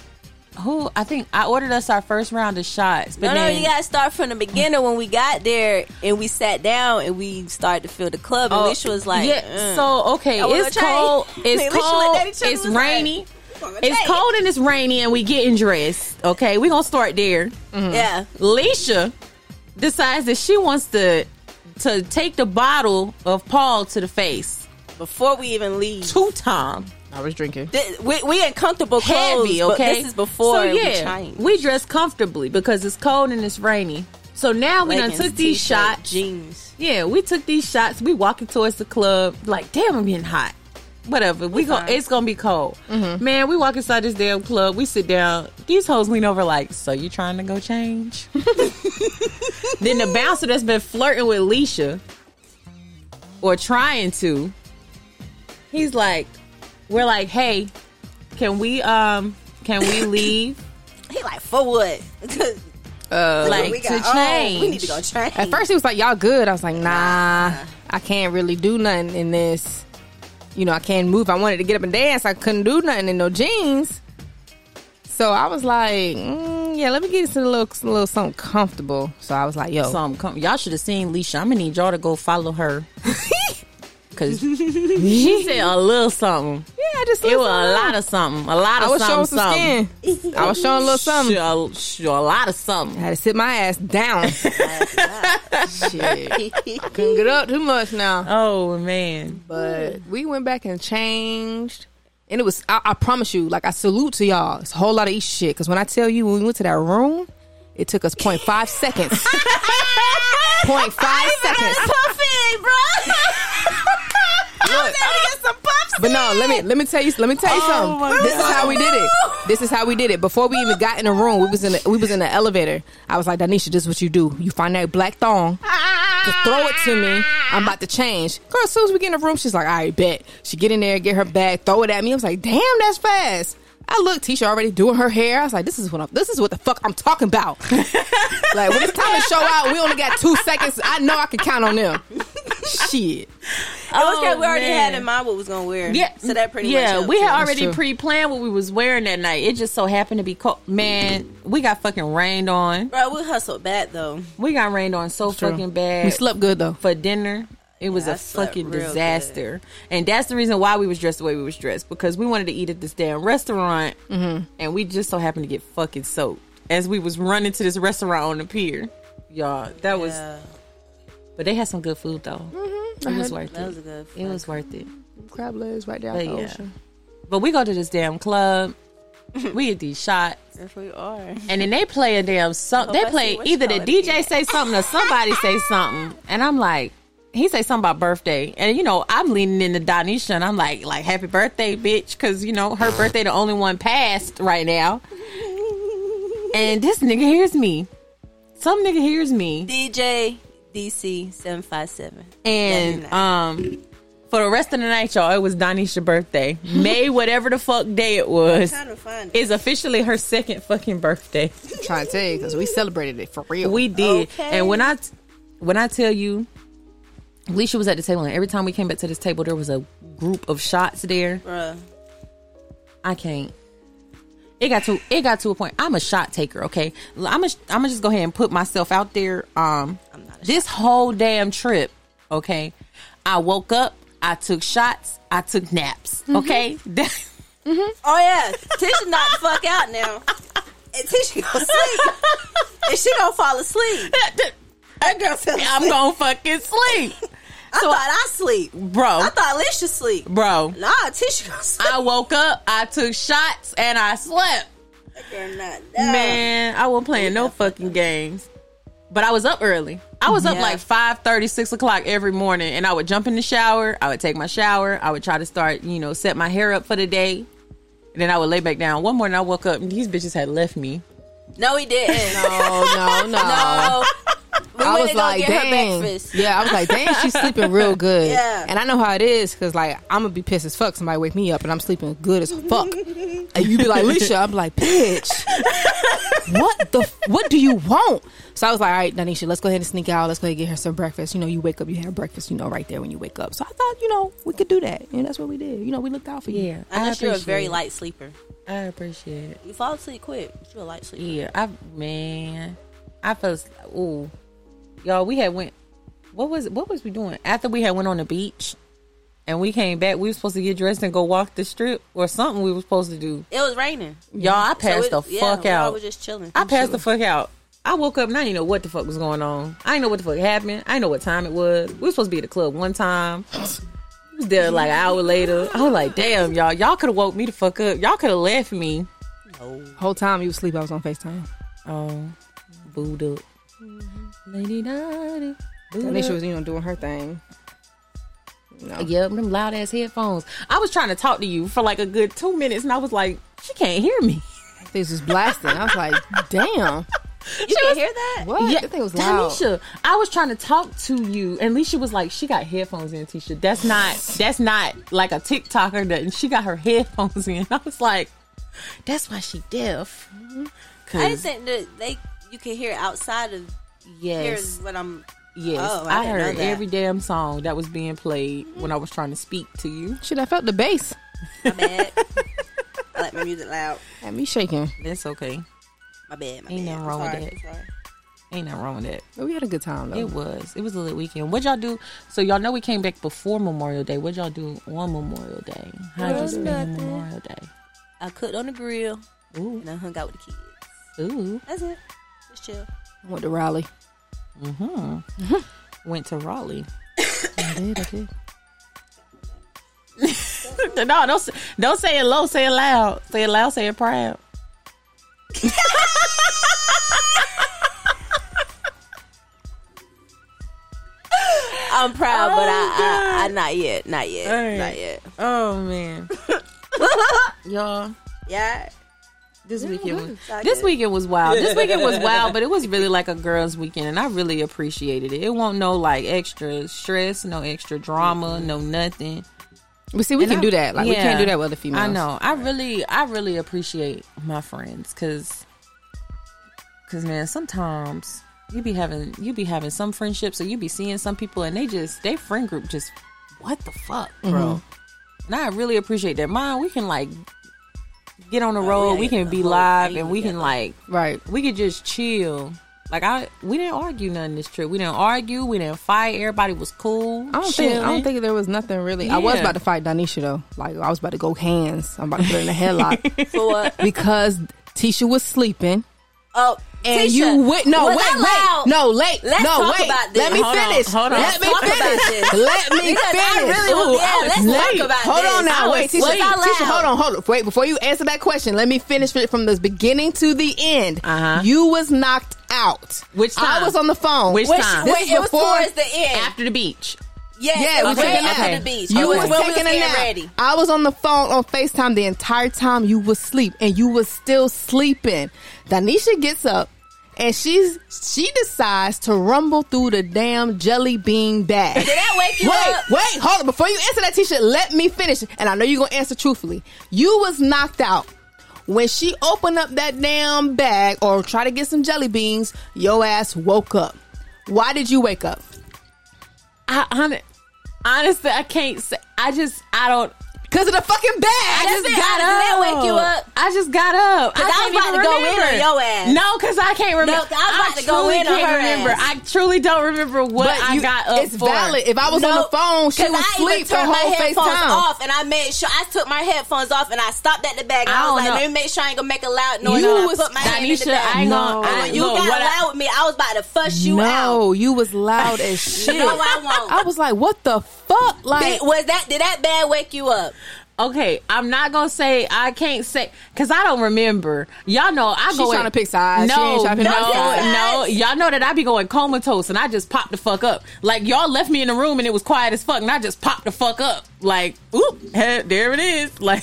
[SPEAKER 5] who I think I ordered us our first round of shots. But
[SPEAKER 4] No, no,
[SPEAKER 5] then,
[SPEAKER 4] you gotta start from the beginning when we got there and we sat down and we started to fill the club. And
[SPEAKER 5] Oh,
[SPEAKER 4] Alicia was like,
[SPEAKER 5] yeah.
[SPEAKER 4] mm.
[SPEAKER 5] So okay,
[SPEAKER 4] I wanna
[SPEAKER 5] it's
[SPEAKER 4] try.
[SPEAKER 5] cold.
[SPEAKER 4] Alicia
[SPEAKER 5] It's
[SPEAKER 4] looked
[SPEAKER 5] cold.
[SPEAKER 4] at each other
[SPEAKER 5] It's
[SPEAKER 4] was like,
[SPEAKER 5] rainy.
[SPEAKER 4] "Wanna
[SPEAKER 5] it's
[SPEAKER 4] take
[SPEAKER 5] cold and it's rainy, and we getting dressed. Okay, we gonna start there.
[SPEAKER 4] it." Yeah,
[SPEAKER 5] Leisha decides that she wants to to take the bottle of Paul to the face
[SPEAKER 4] before we even leave,
[SPEAKER 5] two time.
[SPEAKER 3] I was drinking.
[SPEAKER 4] Th- we we in comfortable clothes.
[SPEAKER 5] heavy,
[SPEAKER 4] but
[SPEAKER 5] okay?
[SPEAKER 4] this is before
[SPEAKER 5] so,
[SPEAKER 4] we
[SPEAKER 5] yeah,
[SPEAKER 4] changed.
[SPEAKER 5] we dress comfortably because it's cold and it's rainy. So now we
[SPEAKER 4] Leggings,
[SPEAKER 5] done took these
[SPEAKER 4] t-shirt,
[SPEAKER 5] shots.
[SPEAKER 4] jeans.
[SPEAKER 5] Yeah, we took these shots. We walking towards the club. Like, damn, I'm getting hot. Whatever. We go.
[SPEAKER 4] fine.
[SPEAKER 5] It's gonna be cold. Man, we walk inside this damn club. We sit down. These hoes lean over like, so you trying to go change? then the bouncer that's been flirting with Leisha or trying to, he's like, we're like, hey, can we um can we leave?
[SPEAKER 4] He like for what?
[SPEAKER 3] Uh,
[SPEAKER 5] Like
[SPEAKER 4] we
[SPEAKER 5] to
[SPEAKER 4] got on.
[SPEAKER 5] change.
[SPEAKER 4] We need to go change.
[SPEAKER 3] At first, he was like, "Y'all good?" I was like, "Nah, I can't really do nothing in this. You know, I can't move. I wanted to get up and dance. I couldn't do nothing in no jeans. So I was like, mm, "Yeah, let me get into a little, a little something comfortable." So I was like, "Yo,
[SPEAKER 5] Some come, y'all should have seen Leisha. I'm gonna need y'all to go follow her. Cause she said a little something.
[SPEAKER 3] I just
[SPEAKER 5] It was a lot of something. A lot of
[SPEAKER 3] I was showing
[SPEAKER 5] something.
[SPEAKER 3] some
[SPEAKER 5] something.
[SPEAKER 3] skin. I was showing a little something.
[SPEAKER 5] Sure, sure, a lot of something.
[SPEAKER 3] I had to sit my ass down. Shit. Couldn't get up too much now.
[SPEAKER 5] Oh man.
[SPEAKER 3] But we went back and changed. And it was, I, I promise you, like, I salute to y'all. It's a whole lot of each shit. Because when I tell you, when we went to that room, it took us 0.5 seconds. 0.5 seconds.
[SPEAKER 5] Puffin, bro.
[SPEAKER 3] Look. But no, let me let me tell you let me
[SPEAKER 5] Oh
[SPEAKER 3] tell you something. This is how we did it. This is how we did it. Before we even got in the room, we was in the, we was in the elevator. I was like, Danisha, this is what you do. You find that black thong, just throw it to me. I'm about to change. Girl, as soon as we get in the room, she's like, all right, bet. She get in there, get her bag, throw it at me. I was like, damn, that's fast. I looked, Tisha already doing her hair. I was like, this is what I'm, this is what the fuck I'm talking about. like when it's time to show out, we only got two seconds. I know I can count on them. Shit.
[SPEAKER 4] was okay.
[SPEAKER 5] Oh,
[SPEAKER 4] We already
[SPEAKER 5] man.
[SPEAKER 4] had in mind what we was gonna wear.
[SPEAKER 5] Yeah.
[SPEAKER 4] So that pretty
[SPEAKER 5] yeah,
[SPEAKER 4] much.
[SPEAKER 5] we had
[SPEAKER 3] That's
[SPEAKER 5] already
[SPEAKER 3] true.
[SPEAKER 5] pre-planned what we was wearing that night. It just so happened to be cold. Man, we got fucking rained on.
[SPEAKER 4] Bro, we hustled bad though.
[SPEAKER 5] We got rained on so
[SPEAKER 3] True.
[SPEAKER 5] fucking bad.
[SPEAKER 3] We slept good though.
[SPEAKER 5] for dinner. It was
[SPEAKER 4] Yeah,
[SPEAKER 5] a
[SPEAKER 4] I slept
[SPEAKER 5] fucking
[SPEAKER 4] real
[SPEAKER 5] disaster, and that's the reason why we was dressed the way we was dressed because we wanted to eat at this damn restaurant,
[SPEAKER 4] Mm-hmm.
[SPEAKER 5] and we just so happened to get fucking soaked as we was running to this restaurant on the pier. Y'all, that was.
[SPEAKER 4] Yeah, Mm-hmm.
[SPEAKER 5] But they had some good food though. It was worth
[SPEAKER 4] that was
[SPEAKER 5] it.
[SPEAKER 4] a good.
[SPEAKER 5] It was worth it.
[SPEAKER 3] crab legs right there out
[SPEAKER 5] But
[SPEAKER 3] the
[SPEAKER 5] yeah.
[SPEAKER 3] ocean.
[SPEAKER 5] But we go to this damn club. we get these shots,
[SPEAKER 4] If we are.
[SPEAKER 5] and then they play a damn song. They
[SPEAKER 4] I Oh, see
[SPEAKER 5] play
[SPEAKER 4] what you
[SPEAKER 5] either the
[SPEAKER 4] call it
[SPEAKER 5] DJ say something or somebody say something, and I'm like, he say something about birthday, and you know I'm leaning into Donisha, and I'm like, like happy birthday, bitch, because you know her birthday the only one passed right now, and this nigga hears me, some nigga hears me,
[SPEAKER 4] DJ DC seven five seven.
[SPEAKER 5] and
[SPEAKER 4] That'd be
[SPEAKER 5] um. For the rest of the night, y'all, it was Donisha's birthday. May whatever the fuck day it was
[SPEAKER 4] to find
[SPEAKER 5] is officially her second fucking birthday.
[SPEAKER 3] trying to tell you because we celebrated it for real.
[SPEAKER 5] We did.
[SPEAKER 4] Okay.
[SPEAKER 5] And when I when I tell you Alicia was at the table and every time we came back to this table there was a group of shots there.
[SPEAKER 4] Bruh.
[SPEAKER 5] I can't. It got to it got to a point. I'm a shot taker, okay? I'm a, I'm gonna just go ahead and put myself out there um
[SPEAKER 4] I'm not a
[SPEAKER 5] this whole damn trip, okay? I woke up, I took shots, I took naps,
[SPEAKER 4] Mm-hmm.
[SPEAKER 5] okay?
[SPEAKER 4] Oh yeah, Tisha knocked the fuck out now. And Tisha gonna sleep, and she gonna fall asleep. That girl fell asleep.
[SPEAKER 5] I'm gonna fucking sleep.
[SPEAKER 4] I
[SPEAKER 5] so-
[SPEAKER 4] thought I sleep.
[SPEAKER 5] Bro,
[SPEAKER 4] I thought Alicia sleep.
[SPEAKER 5] bro.
[SPEAKER 4] Nah, Tisha gonna sleep.
[SPEAKER 5] I woke up, I took shots, and I slept.
[SPEAKER 4] That girl knocked out.
[SPEAKER 5] Man, I wasn't playing no fucking games. But I was up early. I was up
[SPEAKER 4] Yeah.
[SPEAKER 5] like 5 6 o'clock every morning, and I would jump in the shower. I would take my shower. I would try to start, you know, set my hair up for the day. And then I would lay back down. One morning I woke up and these bitches had left me.
[SPEAKER 4] No, he didn't. No.
[SPEAKER 3] Oh no, no.
[SPEAKER 4] We
[SPEAKER 3] I
[SPEAKER 4] went
[SPEAKER 3] was
[SPEAKER 4] to go
[SPEAKER 3] like,
[SPEAKER 4] get her
[SPEAKER 3] dang.
[SPEAKER 4] breakfast.
[SPEAKER 3] Yeah, I was like, dang, she's sleeping real good.
[SPEAKER 4] Yeah.
[SPEAKER 3] And I know how it is because, like, I'm going to be pissed as fuck. Somebody wake me up and I'm sleeping good as fuck. and you be like, Alicia, I'm like, bitch, what the, f- what do you want? So I was like, all right, Danisha, let's go ahead and sneak out. Let's go ahead and get her some breakfast. You know, you wake up, you have breakfast, you know, right there when you wake up. So I thought, you know, we could do that. And that's what we did. You know, we looked out for you.
[SPEAKER 5] Yeah.
[SPEAKER 4] I know
[SPEAKER 5] I
[SPEAKER 4] you're a
[SPEAKER 5] appreciate
[SPEAKER 4] very
[SPEAKER 5] it.
[SPEAKER 4] light sleeper.
[SPEAKER 5] I appreciate it.
[SPEAKER 4] You fall asleep quick. You're a light sleeper.
[SPEAKER 5] Yeah, I man, I felt s- ooh, y'all. We had went. What was what was we doing after we had went on the beach, and we came back? We were supposed to get dressed and go walk the strip or something. We were supposed to do.
[SPEAKER 4] It was raining.
[SPEAKER 5] Y'all, I
[SPEAKER 4] So
[SPEAKER 5] passed
[SPEAKER 4] it-
[SPEAKER 5] the
[SPEAKER 4] yeah,
[SPEAKER 5] fuck
[SPEAKER 4] we all
[SPEAKER 5] out.
[SPEAKER 4] was just chilling.
[SPEAKER 5] I passed the fuck out. I woke up and I didn't know what the fuck was going on. I didn't know what the fuck happened. I didn't know what time it was. We were supposed to be at the club one time. We was there like an hour later. I was like, damn, y'all. Y'all could have woke me the fuck up. Y'all could have left me.
[SPEAKER 3] Whole time you was asleep, I was on FaceTime.
[SPEAKER 5] Oh, booed up. Lady Dottie. booed
[SPEAKER 3] Danisha
[SPEAKER 5] up.
[SPEAKER 3] was, you know, doing her thing. No.
[SPEAKER 5] Yep, them loud ass headphones. I was trying to talk to you for like a good two minutes, and I was like, she can't hear me.
[SPEAKER 3] This was blasting. I was like, damn.
[SPEAKER 4] You can hear that?
[SPEAKER 3] What?
[SPEAKER 5] Yeah,
[SPEAKER 3] that thing was loud.
[SPEAKER 5] Tanisha, I was trying to talk to you, and Leisha was like, she got headphones in, Tisha. That's not, that's not like a TikToker. That, and she got her headphones in. I was like, that's why she deaf.
[SPEAKER 4] Mm-hmm. I didn't
[SPEAKER 5] Cause
[SPEAKER 4] think that they you can hear outside of here's
[SPEAKER 5] yes,
[SPEAKER 4] what I'm
[SPEAKER 5] yes,
[SPEAKER 4] Oh, I
[SPEAKER 5] I,
[SPEAKER 4] didn't know
[SPEAKER 5] heard
[SPEAKER 4] that.
[SPEAKER 5] every damn song that was being played when I was trying to speak to you.
[SPEAKER 3] Shit, I felt the bass.
[SPEAKER 4] my bad. I like my music loud.
[SPEAKER 3] Had me shaking.
[SPEAKER 5] That's okay.
[SPEAKER 4] My bad, my
[SPEAKER 5] Ain't nothing
[SPEAKER 4] bad. I'm
[SPEAKER 5] wrong with
[SPEAKER 4] sorry,
[SPEAKER 5] that.
[SPEAKER 4] I'm sorry.
[SPEAKER 5] Ain't nothing wrong with that.
[SPEAKER 3] But we had a good time
[SPEAKER 4] Oh.
[SPEAKER 3] though.
[SPEAKER 5] It was. It was a lit weekend. What y'all do? So y'all know we came back before Memorial Day. What y'all do on Memorial Day? How would you
[SPEAKER 4] Well,
[SPEAKER 5] spend
[SPEAKER 4] nothing.
[SPEAKER 5] Memorial Day?
[SPEAKER 4] I cooked on the grill
[SPEAKER 5] Ooh,
[SPEAKER 4] and I hung out with the kids.
[SPEAKER 5] ooh.
[SPEAKER 4] That's it. Just chill.
[SPEAKER 3] I went to Raleigh.
[SPEAKER 5] hmm Went to Raleigh.
[SPEAKER 3] I did. I did.
[SPEAKER 5] no, don't say- don't say it low. Say it loud. Say it loud. Say it proud.
[SPEAKER 4] I'm proud, but I, I, I
[SPEAKER 5] God.
[SPEAKER 4] not yet, not yet,
[SPEAKER 5] Alright.
[SPEAKER 4] not yet.
[SPEAKER 5] Oh man, y'all.
[SPEAKER 4] Yeah.
[SPEAKER 5] This weekend was
[SPEAKER 4] I
[SPEAKER 5] this
[SPEAKER 4] did.
[SPEAKER 5] weekend was wild. This weekend was wild, but it was really like a girls' weekend, and I really appreciated it. It won't no like extra stress, no extra drama, no nothing.
[SPEAKER 3] But see, we
[SPEAKER 5] And
[SPEAKER 3] can
[SPEAKER 5] I-
[SPEAKER 3] do that. Like we
[SPEAKER 5] yeah.
[SPEAKER 3] can't do that with other females.
[SPEAKER 5] I know. I really, I really appreciate my friends because, because man, sometimes you be having you be having some friendships, or you be seeing some people, and they just their friend group just what the fuck, bro. And I really appreciate that. Mine, we can like get on the road,
[SPEAKER 4] yeah,
[SPEAKER 5] we
[SPEAKER 4] get
[SPEAKER 5] can
[SPEAKER 4] the
[SPEAKER 5] be
[SPEAKER 4] whole
[SPEAKER 5] live,
[SPEAKER 4] thing
[SPEAKER 5] and we can
[SPEAKER 4] together.
[SPEAKER 5] like
[SPEAKER 3] Right.
[SPEAKER 5] we could just chill. Like I, we didn't argue none this trip. We didn't argue. We didn't fight. Everybody was cool.
[SPEAKER 3] I don't think I don't think there was nothing really. I was
[SPEAKER 5] Yeah.
[SPEAKER 3] about to fight Donisha though. Like I was about to go hands. I'm about to put her in a headlock
[SPEAKER 4] For what?
[SPEAKER 3] because Tisha was sleeping.
[SPEAKER 4] Oh,
[SPEAKER 3] And
[SPEAKER 4] Tisha,
[SPEAKER 3] you would no
[SPEAKER 4] was
[SPEAKER 3] wait
[SPEAKER 4] I
[SPEAKER 3] wait
[SPEAKER 4] loud?
[SPEAKER 3] no late
[SPEAKER 4] Let's
[SPEAKER 3] no
[SPEAKER 4] talk
[SPEAKER 3] wait
[SPEAKER 4] about this.
[SPEAKER 3] let me
[SPEAKER 5] Hold on,
[SPEAKER 3] finish
[SPEAKER 5] hold on.
[SPEAKER 3] let me
[SPEAKER 4] Let's talk about
[SPEAKER 3] finish
[SPEAKER 4] this.
[SPEAKER 3] let me
[SPEAKER 4] Because I
[SPEAKER 3] finish
[SPEAKER 4] really was- yeah,
[SPEAKER 5] I was
[SPEAKER 4] let's talk
[SPEAKER 5] late.
[SPEAKER 4] about
[SPEAKER 3] hold
[SPEAKER 4] this.
[SPEAKER 3] on now
[SPEAKER 4] I
[SPEAKER 3] wait
[SPEAKER 4] was
[SPEAKER 3] Tisha,
[SPEAKER 4] late.
[SPEAKER 3] Tisha hold
[SPEAKER 4] Loud.
[SPEAKER 3] on hold on wait before you answer that question let me finish it from the beginning to the end
[SPEAKER 5] Uh-huh.
[SPEAKER 3] you was knocked out
[SPEAKER 5] Which time?
[SPEAKER 3] I was on the phone
[SPEAKER 5] Which
[SPEAKER 4] Which,
[SPEAKER 5] time?
[SPEAKER 3] This
[SPEAKER 4] wait,
[SPEAKER 3] is
[SPEAKER 4] it was
[SPEAKER 3] before-
[SPEAKER 4] towards the end.
[SPEAKER 5] after the beach.
[SPEAKER 4] yes,
[SPEAKER 3] Yeah,
[SPEAKER 4] it
[SPEAKER 3] we
[SPEAKER 4] was
[SPEAKER 3] took
[SPEAKER 4] right
[SPEAKER 3] a
[SPEAKER 5] nap.
[SPEAKER 4] after
[SPEAKER 5] Okay.
[SPEAKER 4] the beach.
[SPEAKER 3] You
[SPEAKER 4] it
[SPEAKER 5] Okay.
[SPEAKER 4] was
[SPEAKER 3] was
[SPEAKER 4] when we was
[SPEAKER 3] taking a
[SPEAKER 4] getting
[SPEAKER 3] nap.
[SPEAKER 4] ready.
[SPEAKER 3] I was on the phone on FaceTime the entire time you was sleep and you was still sleeping. Danisha gets up and she's she decides to rumble through the damn jelly bean bag.
[SPEAKER 4] Did that wake you
[SPEAKER 3] Wait,
[SPEAKER 4] up?
[SPEAKER 3] wait, hold on. Before you answer that t-shirt, let me finish. And I know you're gonna answer truthfully. You was knocked out. When she opened up that damn bag or try to get some jelly beans, your ass woke up. Why did you wake up?
[SPEAKER 5] I hon- honestly, I can't say. I just, I don't.
[SPEAKER 3] Cause of the fucking bag.
[SPEAKER 5] I just
[SPEAKER 4] it.
[SPEAKER 5] got
[SPEAKER 4] Did that
[SPEAKER 5] up.
[SPEAKER 4] wake you up?
[SPEAKER 5] I just got up.
[SPEAKER 4] 'Cause
[SPEAKER 5] can't
[SPEAKER 4] I was about
[SPEAKER 5] even
[SPEAKER 4] to go in
[SPEAKER 5] remember.
[SPEAKER 4] on your ass.
[SPEAKER 5] No, because I can't remember.
[SPEAKER 4] No, 'cause I was about to go
[SPEAKER 5] truly
[SPEAKER 4] in on
[SPEAKER 5] can't
[SPEAKER 4] her
[SPEAKER 5] remember.
[SPEAKER 4] ass.
[SPEAKER 5] I truly don't remember what I
[SPEAKER 3] you-
[SPEAKER 5] got up
[SPEAKER 3] It's
[SPEAKER 5] for.
[SPEAKER 3] valid. If I was on the
[SPEAKER 4] No,
[SPEAKER 3] phone, she
[SPEAKER 4] 'cause
[SPEAKER 3] was
[SPEAKER 4] I
[SPEAKER 3] asleep
[SPEAKER 4] even
[SPEAKER 3] the
[SPEAKER 4] turned
[SPEAKER 3] whole
[SPEAKER 4] my headphones
[SPEAKER 3] FaceTime.
[SPEAKER 4] off, and I made sure I took my headphones off, and I stopped at the bag.
[SPEAKER 5] I
[SPEAKER 4] And I,
[SPEAKER 5] don't
[SPEAKER 4] was like,
[SPEAKER 5] know.
[SPEAKER 4] let me make sure I ain't gonna make a loud noise.
[SPEAKER 3] You
[SPEAKER 4] and I
[SPEAKER 3] was-
[SPEAKER 4] put my hand in the
[SPEAKER 5] Danisha,
[SPEAKER 4] bag.
[SPEAKER 5] I ain't
[SPEAKER 3] No.
[SPEAKER 5] gonna. I,
[SPEAKER 4] When you
[SPEAKER 5] look,
[SPEAKER 4] got
[SPEAKER 5] what I-
[SPEAKER 4] loud with me, I was about to fuss you
[SPEAKER 3] no,
[SPEAKER 4] out.
[SPEAKER 3] you was loud as shit.
[SPEAKER 4] No, I won't.
[SPEAKER 3] I was like, what the fuck? Like,
[SPEAKER 4] Did, was that did that bag wake you up?
[SPEAKER 5] Okay, I'm not gonna say I can't say because I don't remember. Y'all know I
[SPEAKER 3] She
[SPEAKER 5] go in-
[SPEAKER 3] tryna pick sides. She
[SPEAKER 5] No,
[SPEAKER 3] ain't tryna pick
[SPEAKER 5] no,
[SPEAKER 3] no
[SPEAKER 4] sides.
[SPEAKER 5] no. Y'all know that I be going comatose and I just pop the fuck up. Like y'all left me in the room and it was quiet as fuck and I just popped the fuck up. Like oop, heh, there it is. Like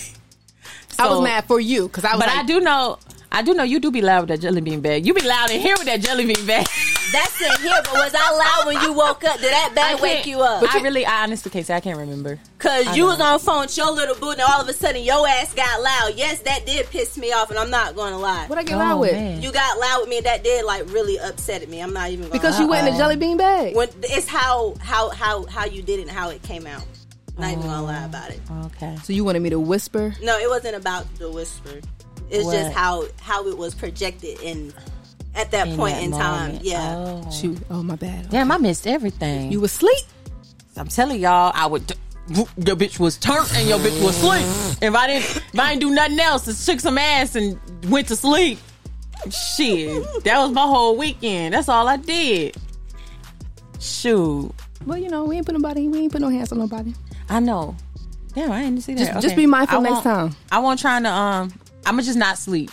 [SPEAKER 3] I was
[SPEAKER 5] so-
[SPEAKER 3] mad for you because I was
[SPEAKER 5] But
[SPEAKER 3] like,
[SPEAKER 5] I do know, I do know you do be loud with that jelly bean bag. You be loud in here with that jelly bean bag.
[SPEAKER 4] That's in here, but was I loud when you woke up? Did that
[SPEAKER 5] I
[SPEAKER 4] bag
[SPEAKER 5] can't-
[SPEAKER 4] wake you up?
[SPEAKER 5] I really, I honestly can't say I can't remember.
[SPEAKER 4] Cause you was on the phone with your little boo, and all of a sudden your ass got loud. Yes, that did piss me off, and I'm not gonna lie.
[SPEAKER 3] what I get loud with?
[SPEAKER 5] man.
[SPEAKER 4] You got loud with me, and that did like really upset me. I'm not even gonna
[SPEAKER 3] Because
[SPEAKER 4] lie.
[SPEAKER 3] you went in a jelly bean bag.
[SPEAKER 4] when it's how how how how you did it, and how it came out. Not even gonna lie about it.
[SPEAKER 5] Okay.
[SPEAKER 3] so you wanted me to whisper?
[SPEAKER 4] No, it wasn't about the whisper. It's
[SPEAKER 5] What?
[SPEAKER 4] just how how it was projected in at that
[SPEAKER 5] In
[SPEAKER 4] point
[SPEAKER 5] that
[SPEAKER 4] in time.
[SPEAKER 5] moment.
[SPEAKER 4] Yeah.
[SPEAKER 5] Oh.
[SPEAKER 3] Shoot. Oh, my bad.
[SPEAKER 5] Damn, I missed everything.
[SPEAKER 3] You was asleep?
[SPEAKER 5] I'm telling y'all, I would. Your bitch was turned and your bitch was asleep. If I didn't, if I didn't do nothing else, just took some ass and went to sleep. Shit, that was my whole weekend. That's all I did. Shoot,
[SPEAKER 3] Well, you know, we ain't put nobody, we ain't put no hands on nobody.
[SPEAKER 5] I know. Damn, I didn't see that.
[SPEAKER 3] Just- just be mindful next time.
[SPEAKER 5] I won't trying to. Um, I'm gonna just not sleep.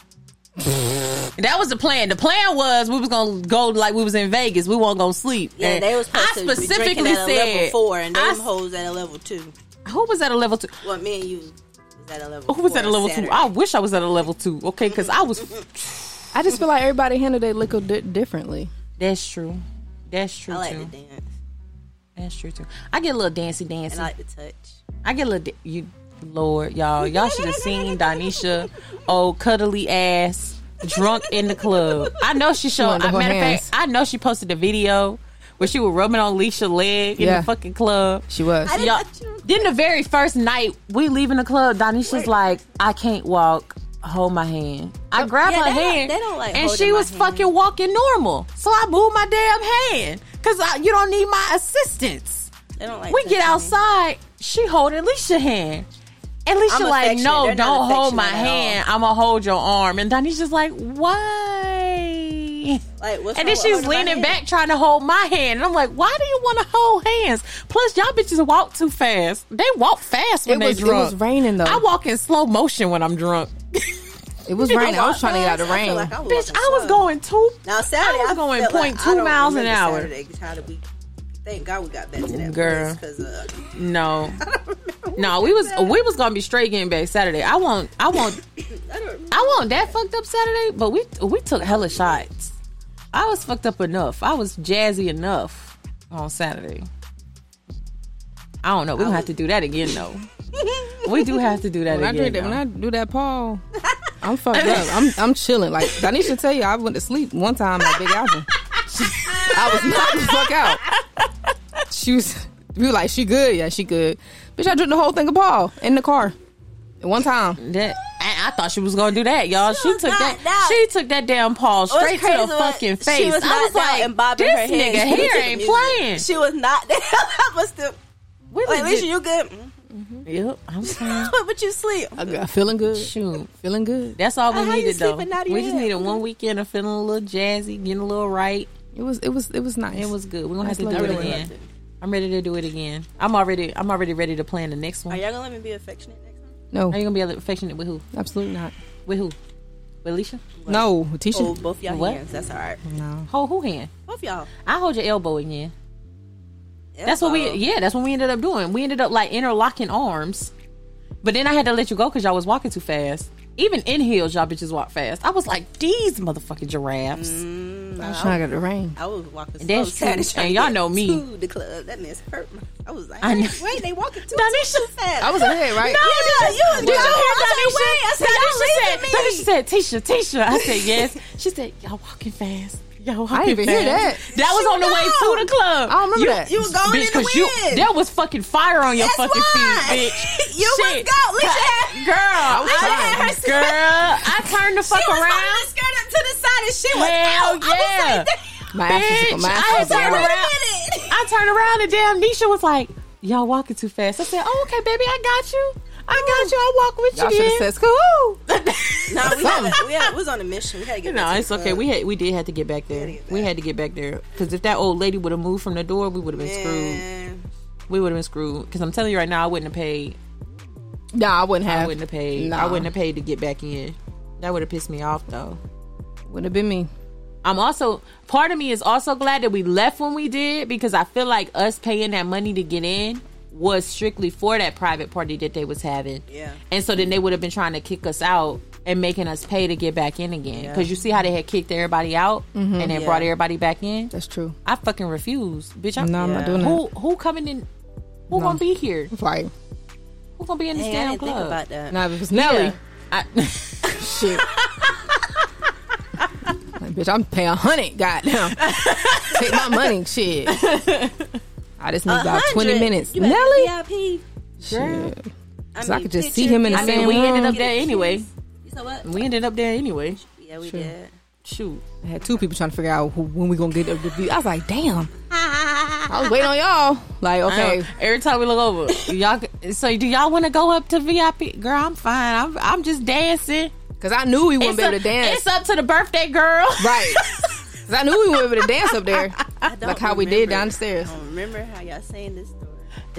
[SPEAKER 5] that was the plan. The plan was we was gonna go like we was in Vegas. We weren't gonna sleep.
[SPEAKER 4] Yeah,
[SPEAKER 5] And
[SPEAKER 4] they was supposed
[SPEAKER 5] I
[SPEAKER 4] to be drinking
[SPEAKER 5] specifically
[SPEAKER 4] at a level
[SPEAKER 5] said
[SPEAKER 4] four, and
[SPEAKER 5] I
[SPEAKER 4] them
[SPEAKER 5] s-
[SPEAKER 4] hoes at a level two.
[SPEAKER 5] who was at a level two.
[SPEAKER 4] Well, me and you was at a level.
[SPEAKER 5] Oh, Who was
[SPEAKER 4] four
[SPEAKER 5] at a level
[SPEAKER 4] Saturday.
[SPEAKER 5] two? I wish I was at a level two. Okay, because I was.
[SPEAKER 3] I just feel like everybody handled their liquor di- differently.
[SPEAKER 5] That's true. That's true
[SPEAKER 4] I like
[SPEAKER 5] too.
[SPEAKER 4] to dance
[SPEAKER 5] That's true too. I get a little dancey dancey.
[SPEAKER 4] and I like to touch.
[SPEAKER 5] I get a little. Da- you, Lord, y'all, y'all should have seen Donisha, old cuddly ass, drunk in the club. I know she showed.
[SPEAKER 3] wanted
[SPEAKER 5] I,
[SPEAKER 3] her
[SPEAKER 5] matter of
[SPEAKER 3] hands.
[SPEAKER 5] fact, I know she posted a video where she was rubbing on Leisha's leg in
[SPEAKER 3] Yeah.
[SPEAKER 5] the fucking club.
[SPEAKER 3] She was.
[SPEAKER 4] I didn't
[SPEAKER 5] Y'all,
[SPEAKER 4] touch you.
[SPEAKER 5] then the very first night we leaving the club, Donisha's like, I can't walk. hold my hand. I grabbed
[SPEAKER 4] yeah,
[SPEAKER 5] her
[SPEAKER 4] they don't-
[SPEAKER 5] hand,
[SPEAKER 4] they don't like
[SPEAKER 5] and
[SPEAKER 4] holding
[SPEAKER 5] she
[SPEAKER 4] my
[SPEAKER 5] was
[SPEAKER 4] hand.
[SPEAKER 5] fucking walking normal. So I moved my damn hand because you don't need my assistance.
[SPEAKER 4] They don't like
[SPEAKER 5] we get
[SPEAKER 4] touching me.
[SPEAKER 5] outside. She holding Alicia hand. And Alicia
[SPEAKER 4] I'm
[SPEAKER 5] like,
[SPEAKER 4] affectionate.
[SPEAKER 5] no,
[SPEAKER 4] They're not
[SPEAKER 5] don't hold my
[SPEAKER 4] affectionate at all."
[SPEAKER 5] hand. I'ma hold your arm. And Donnie's just like, why?
[SPEAKER 4] Like, what's
[SPEAKER 5] And
[SPEAKER 4] wrong
[SPEAKER 5] then
[SPEAKER 4] with
[SPEAKER 5] she's
[SPEAKER 4] holding my
[SPEAKER 5] leaning
[SPEAKER 4] hand?
[SPEAKER 5] back trying to hold my hand. And I'm like, why do you want to hold hands? Plus, y'all bitches walk too fast. They walk fast when
[SPEAKER 3] It
[SPEAKER 5] they
[SPEAKER 3] was, it
[SPEAKER 5] drunk.
[SPEAKER 3] was raining though.
[SPEAKER 5] I walk in slow motion when I'm drunk.
[SPEAKER 3] it was
[SPEAKER 5] you know
[SPEAKER 3] raining. I was
[SPEAKER 5] what,
[SPEAKER 3] trying to get out of the
[SPEAKER 4] I
[SPEAKER 3] rain.
[SPEAKER 4] feel like I
[SPEAKER 5] Bitch,
[SPEAKER 4] walking
[SPEAKER 5] I was
[SPEAKER 4] slow.
[SPEAKER 5] going two.
[SPEAKER 4] Now Saturday,
[SPEAKER 5] I was
[SPEAKER 4] I
[SPEAKER 5] going
[SPEAKER 4] feel like
[SPEAKER 5] 0.2
[SPEAKER 4] I don't
[SPEAKER 5] miles an
[SPEAKER 4] remember
[SPEAKER 5] hour.
[SPEAKER 4] Saturday, 'cause how did we? Thank God we got back to that
[SPEAKER 5] Girl.
[SPEAKER 4] because uh,
[SPEAKER 5] No, no, we was we was gonna be straight getting back Saturday. I won't. I won't.
[SPEAKER 4] I don't remember.
[SPEAKER 5] I won't that fucked up Saturday, but we we took hella shots. I was fucked up enough. I was jazzy enough on Saturday. I don't know. We gonna have to do that again though. we do have to do that
[SPEAKER 3] When I
[SPEAKER 5] again.
[SPEAKER 3] drink that, when
[SPEAKER 5] though.
[SPEAKER 3] I do that, Paul, I'm fucked up. I'm I'm chilling. Like Danisha tell you, I went to sleep one time at Big Apple. I was knocked the fuck out. She was. We were like, she good, yeah, she good. Bitch, I drank the whole thing of Paul in the car, at one time.
[SPEAKER 5] That- I, I thought she was gonna do that, y'all. She,
[SPEAKER 4] was
[SPEAKER 5] took
[SPEAKER 4] not
[SPEAKER 5] that.
[SPEAKER 4] out.
[SPEAKER 5] She took that damn Paul
[SPEAKER 4] What's
[SPEAKER 5] straight to the
[SPEAKER 4] crazy was
[SPEAKER 5] fucking face.
[SPEAKER 4] she was
[SPEAKER 5] I was
[SPEAKER 4] knocked out
[SPEAKER 5] like,
[SPEAKER 4] and bobbing
[SPEAKER 5] this
[SPEAKER 4] her head
[SPEAKER 5] nigga
[SPEAKER 4] to the
[SPEAKER 5] here ain't
[SPEAKER 4] music.
[SPEAKER 5] playing.
[SPEAKER 4] She was not there. I was still.
[SPEAKER 5] We
[SPEAKER 4] Like,
[SPEAKER 5] legit-
[SPEAKER 4] Alicia, you good? Mm.
[SPEAKER 5] Mm-hmm. Yep, I'm fine.
[SPEAKER 4] but you sleep.
[SPEAKER 3] I got feeling good,
[SPEAKER 5] Shoot.
[SPEAKER 3] feeling good.
[SPEAKER 5] That's all we
[SPEAKER 4] How you
[SPEAKER 5] needed though.
[SPEAKER 4] sleeping out of
[SPEAKER 5] We
[SPEAKER 4] your
[SPEAKER 5] just
[SPEAKER 4] head?
[SPEAKER 5] needed one weekend of feeling a little jazzy, getting a little right.
[SPEAKER 3] It was, it was, it was nice.
[SPEAKER 5] It was good. We're gonna have
[SPEAKER 3] That's
[SPEAKER 5] to do
[SPEAKER 3] lovely.
[SPEAKER 5] it
[SPEAKER 3] I really
[SPEAKER 5] again. I'm ready to do it again. I'm already I'm already ready to plan the next one.
[SPEAKER 4] Are
[SPEAKER 5] Are you
[SPEAKER 4] y'all gonna let me be affectionate next time?
[SPEAKER 3] no,
[SPEAKER 5] gonna be affectionate with who?
[SPEAKER 3] absolutely not.
[SPEAKER 5] With who? With Alicia?
[SPEAKER 3] No, Tisha.
[SPEAKER 5] oh,
[SPEAKER 4] Hold Oh, both y'all
[SPEAKER 5] What?
[SPEAKER 4] hands. That's all right.
[SPEAKER 3] No,
[SPEAKER 5] Hold who hand?
[SPEAKER 4] Both y'all.
[SPEAKER 5] I hold your elbow again. That's what we yeah, that's what we ended up doing. We ended up like interlocking arms. But then I had to let you go because y'all was walking too fast. Even in heels, y'all bitches walk fast. I was like, these motherfucking giraffes.
[SPEAKER 3] I was trying to get the rain.
[SPEAKER 4] I was walking slow
[SPEAKER 5] That's true.
[SPEAKER 4] Saturday trying
[SPEAKER 5] And
[SPEAKER 4] to
[SPEAKER 5] y'all
[SPEAKER 4] get
[SPEAKER 5] know me.
[SPEAKER 4] To the club, that man's hurt. My, I was like,
[SPEAKER 5] I know.
[SPEAKER 4] wait, wait, they walking too,
[SPEAKER 5] Now,
[SPEAKER 4] too,
[SPEAKER 5] this
[SPEAKER 4] too
[SPEAKER 5] is-
[SPEAKER 4] fast.
[SPEAKER 3] I was ahead, right?
[SPEAKER 5] No,
[SPEAKER 4] Yeah,
[SPEAKER 5] did
[SPEAKER 4] you
[SPEAKER 5] you,
[SPEAKER 4] was
[SPEAKER 5] did you
[SPEAKER 4] drunk.
[SPEAKER 5] hear
[SPEAKER 4] I said,
[SPEAKER 5] Tanisha?
[SPEAKER 4] wait, I said, y'all leaving me.
[SPEAKER 5] Tanisha said, Tisha, Tisha. I said, yes. She said, y'all walking fast. Y'all walking
[SPEAKER 3] even hear that.
[SPEAKER 5] fast. That was
[SPEAKER 4] She
[SPEAKER 5] on the way
[SPEAKER 4] know.
[SPEAKER 5] to the club.
[SPEAKER 3] I don't remember
[SPEAKER 5] You-
[SPEAKER 3] that.
[SPEAKER 4] you was going
[SPEAKER 5] Bitch,
[SPEAKER 4] in the
[SPEAKER 5] cause you,
[SPEAKER 4] wind.
[SPEAKER 5] there was fucking fire on your
[SPEAKER 4] That's
[SPEAKER 5] fucking
[SPEAKER 4] why.
[SPEAKER 5] feet, bitch.
[SPEAKER 4] You was
[SPEAKER 5] Shit.
[SPEAKER 4] go- Alicia had-
[SPEAKER 5] girl.
[SPEAKER 4] was
[SPEAKER 5] I,
[SPEAKER 4] trying.
[SPEAKER 5] girl, I turned the fuck
[SPEAKER 4] she was
[SPEAKER 5] around.
[SPEAKER 4] holding the skirt up to the side and she was
[SPEAKER 5] Hell
[SPEAKER 4] out. I
[SPEAKER 5] yeah.
[SPEAKER 4] was like, damn.
[SPEAKER 3] My ass
[SPEAKER 5] Bitch,
[SPEAKER 3] was, my ass
[SPEAKER 5] I
[SPEAKER 3] was
[SPEAKER 5] turned
[SPEAKER 4] Wait
[SPEAKER 3] wild.
[SPEAKER 5] around.
[SPEAKER 4] a minute.
[SPEAKER 5] I turned around and damn Nisha was like, y'all walking too fast. I said, oh, okay, baby, I got you. I got you. I'll walk with
[SPEAKER 3] Y'all
[SPEAKER 5] you.
[SPEAKER 3] should have said, "Scoo."
[SPEAKER 4] No, we had,
[SPEAKER 3] Something.
[SPEAKER 4] we had, we was on a mission. We had to get
[SPEAKER 5] No,
[SPEAKER 4] back to
[SPEAKER 5] it's
[SPEAKER 4] the
[SPEAKER 5] okay.
[SPEAKER 4] club.
[SPEAKER 5] We had we did have to get back there.
[SPEAKER 4] to get
[SPEAKER 5] We had to get back there because if that old lady would have moved from the door, we would have been screwed.
[SPEAKER 4] Man.
[SPEAKER 5] We would have been screwed. Because I'm telling you right now, I wouldn't have paid.
[SPEAKER 3] Nah, I wouldn't have.
[SPEAKER 5] I wouldn't have paid. I
[SPEAKER 3] Nah.
[SPEAKER 5] wouldn't have paid to get back in. That would have pissed me off though.
[SPEAKER 3] Would have been me.
[SPEAKER 5] I'm also part of me is also glad that we left when we did because I feel like us paying that money to get in was strictly for that private party that they was having.
[SPEAKER 4] Yeah.
[SPEAKER 5] And so then they would have been trying to kick us out and making us pay to get back in again. Because you see how they had kicked everybody out and then
[SPEAKER 4] Yeah.
[SPEAKER 5] brought everybody back in.
[SPEAKER 3] That's true.
[SPEAKER 5] I fucking refuse, bitch. I'm,
[SPEAKER 3] No, I'm not
[SPEAKER 4] Yeah.
[SPEAKER 3] doing that.
[SPEAKER 5] Who who coming in? Who gonna be here?
[SPEAKER 3] Right.
[SPEAKER 5] Who gonna be in this
[SPEAKER 4] Dang, I
[SPEAKER 5] damn
[SPEAKER 4] didn't
[SPEAKER 5] club?
[SPEAKER 4] think about that.
[SPEAKER 3] Nah, if it was Nelly,
[SPEAKER 5] Yeah. I-
[SPEAKER 3] shit. Like, bitch, I'm paying a hundred. Goddamn. Take my money, shit. I just need about 20
[SPEAKER 4] 100.
[SPEAKER 3] minutes.
[SPEAKER 4] You better get
[SPEAKER 3] Nelly?
[SPEAKER 4] VIP.
[SPEAKER 5] Girl.
[SPEAKER 3] Shit.
[SPEAKER 4] I,
[SPEAKER 3] So I
[SPEAKER 4] mean,
[SPEAKER 3] could just
[SPEAKER 4] picture
[SPEAKER 3] see him in the
[SPEAKER 5] I
[SPEAKER 4] this.
[SPEAKER 5] mean,
[SPEAKER 3] same
[SPEAKER 5] we
[SPEAKER 3] room.
[SPEAKER 5] ended up
[SPEAKER 4] Get a
[SPEAKER 5] there anyway.
[SPEAKER 4] kiss. You know what?
[SPEAKER 5] We ended up there anyway.
[SPEAKER 4] Yeah, we
[SPEAKER 3] Sure.
[SPEAKER 4] did.
[SPEAKER 5] Shoot.
[SPEAKER 3] I had two people trying to figure out who, when we gonna get up the view. I was like, damn. I was waiting on y'all. Like, okay.
[SPEAKER 5] Um, every time we look over, y'all. So do y'all want to go up to VIP? Girl, I'm fine. I'm I'm just dancing.
[SPEAKER 3] Cause I knew we wouldn't be
[SPEAKER 5] up,
[SPEAKER 3] able to dance.
[SPEAKER 5] it's up to the birthday girl.
[SPEAKER 3] Right. Cause I knew we wouldn't be able to dance up there.
[SPEAKER 4] I don't
[SPEAKER 3] Like how we did
[SPEAKER 4] remember.
[SPEAKER 3] downstairs.
[SPEAKER 4] I don't remember how y'all saying this story.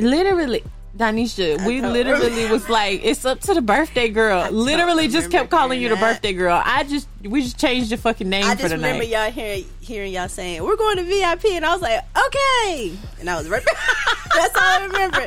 [SPEAKER 5] literally. Danisha, we
[SPEAKER 4] don't
[SPEAKER 5] literally
[SPEAKER 4] remember.
[SPEAKER 5] was like, it's up to the birthday girl. Literally just
[SPEAKER 4] remember
[SPEAKER 5] kept calling you
[SPEAKER 4] hearing
[SPEAKER 5] the
[SPEAKER 4] that.
[SPEAKER 5] birthday girl. I just, we just changed the fucking name
[SPEAKER 4] I
[SPEAKER 5] for
[SPEAKER 4] just
[SPEAKER 5] the
[SPEAKER 4] remember
[SPEAKER 5] night.
[SPEAKER 4] y'all hearing hearing y'all saying we're going to VIP, and I was like, okay, and I was right. back. That's all I remember.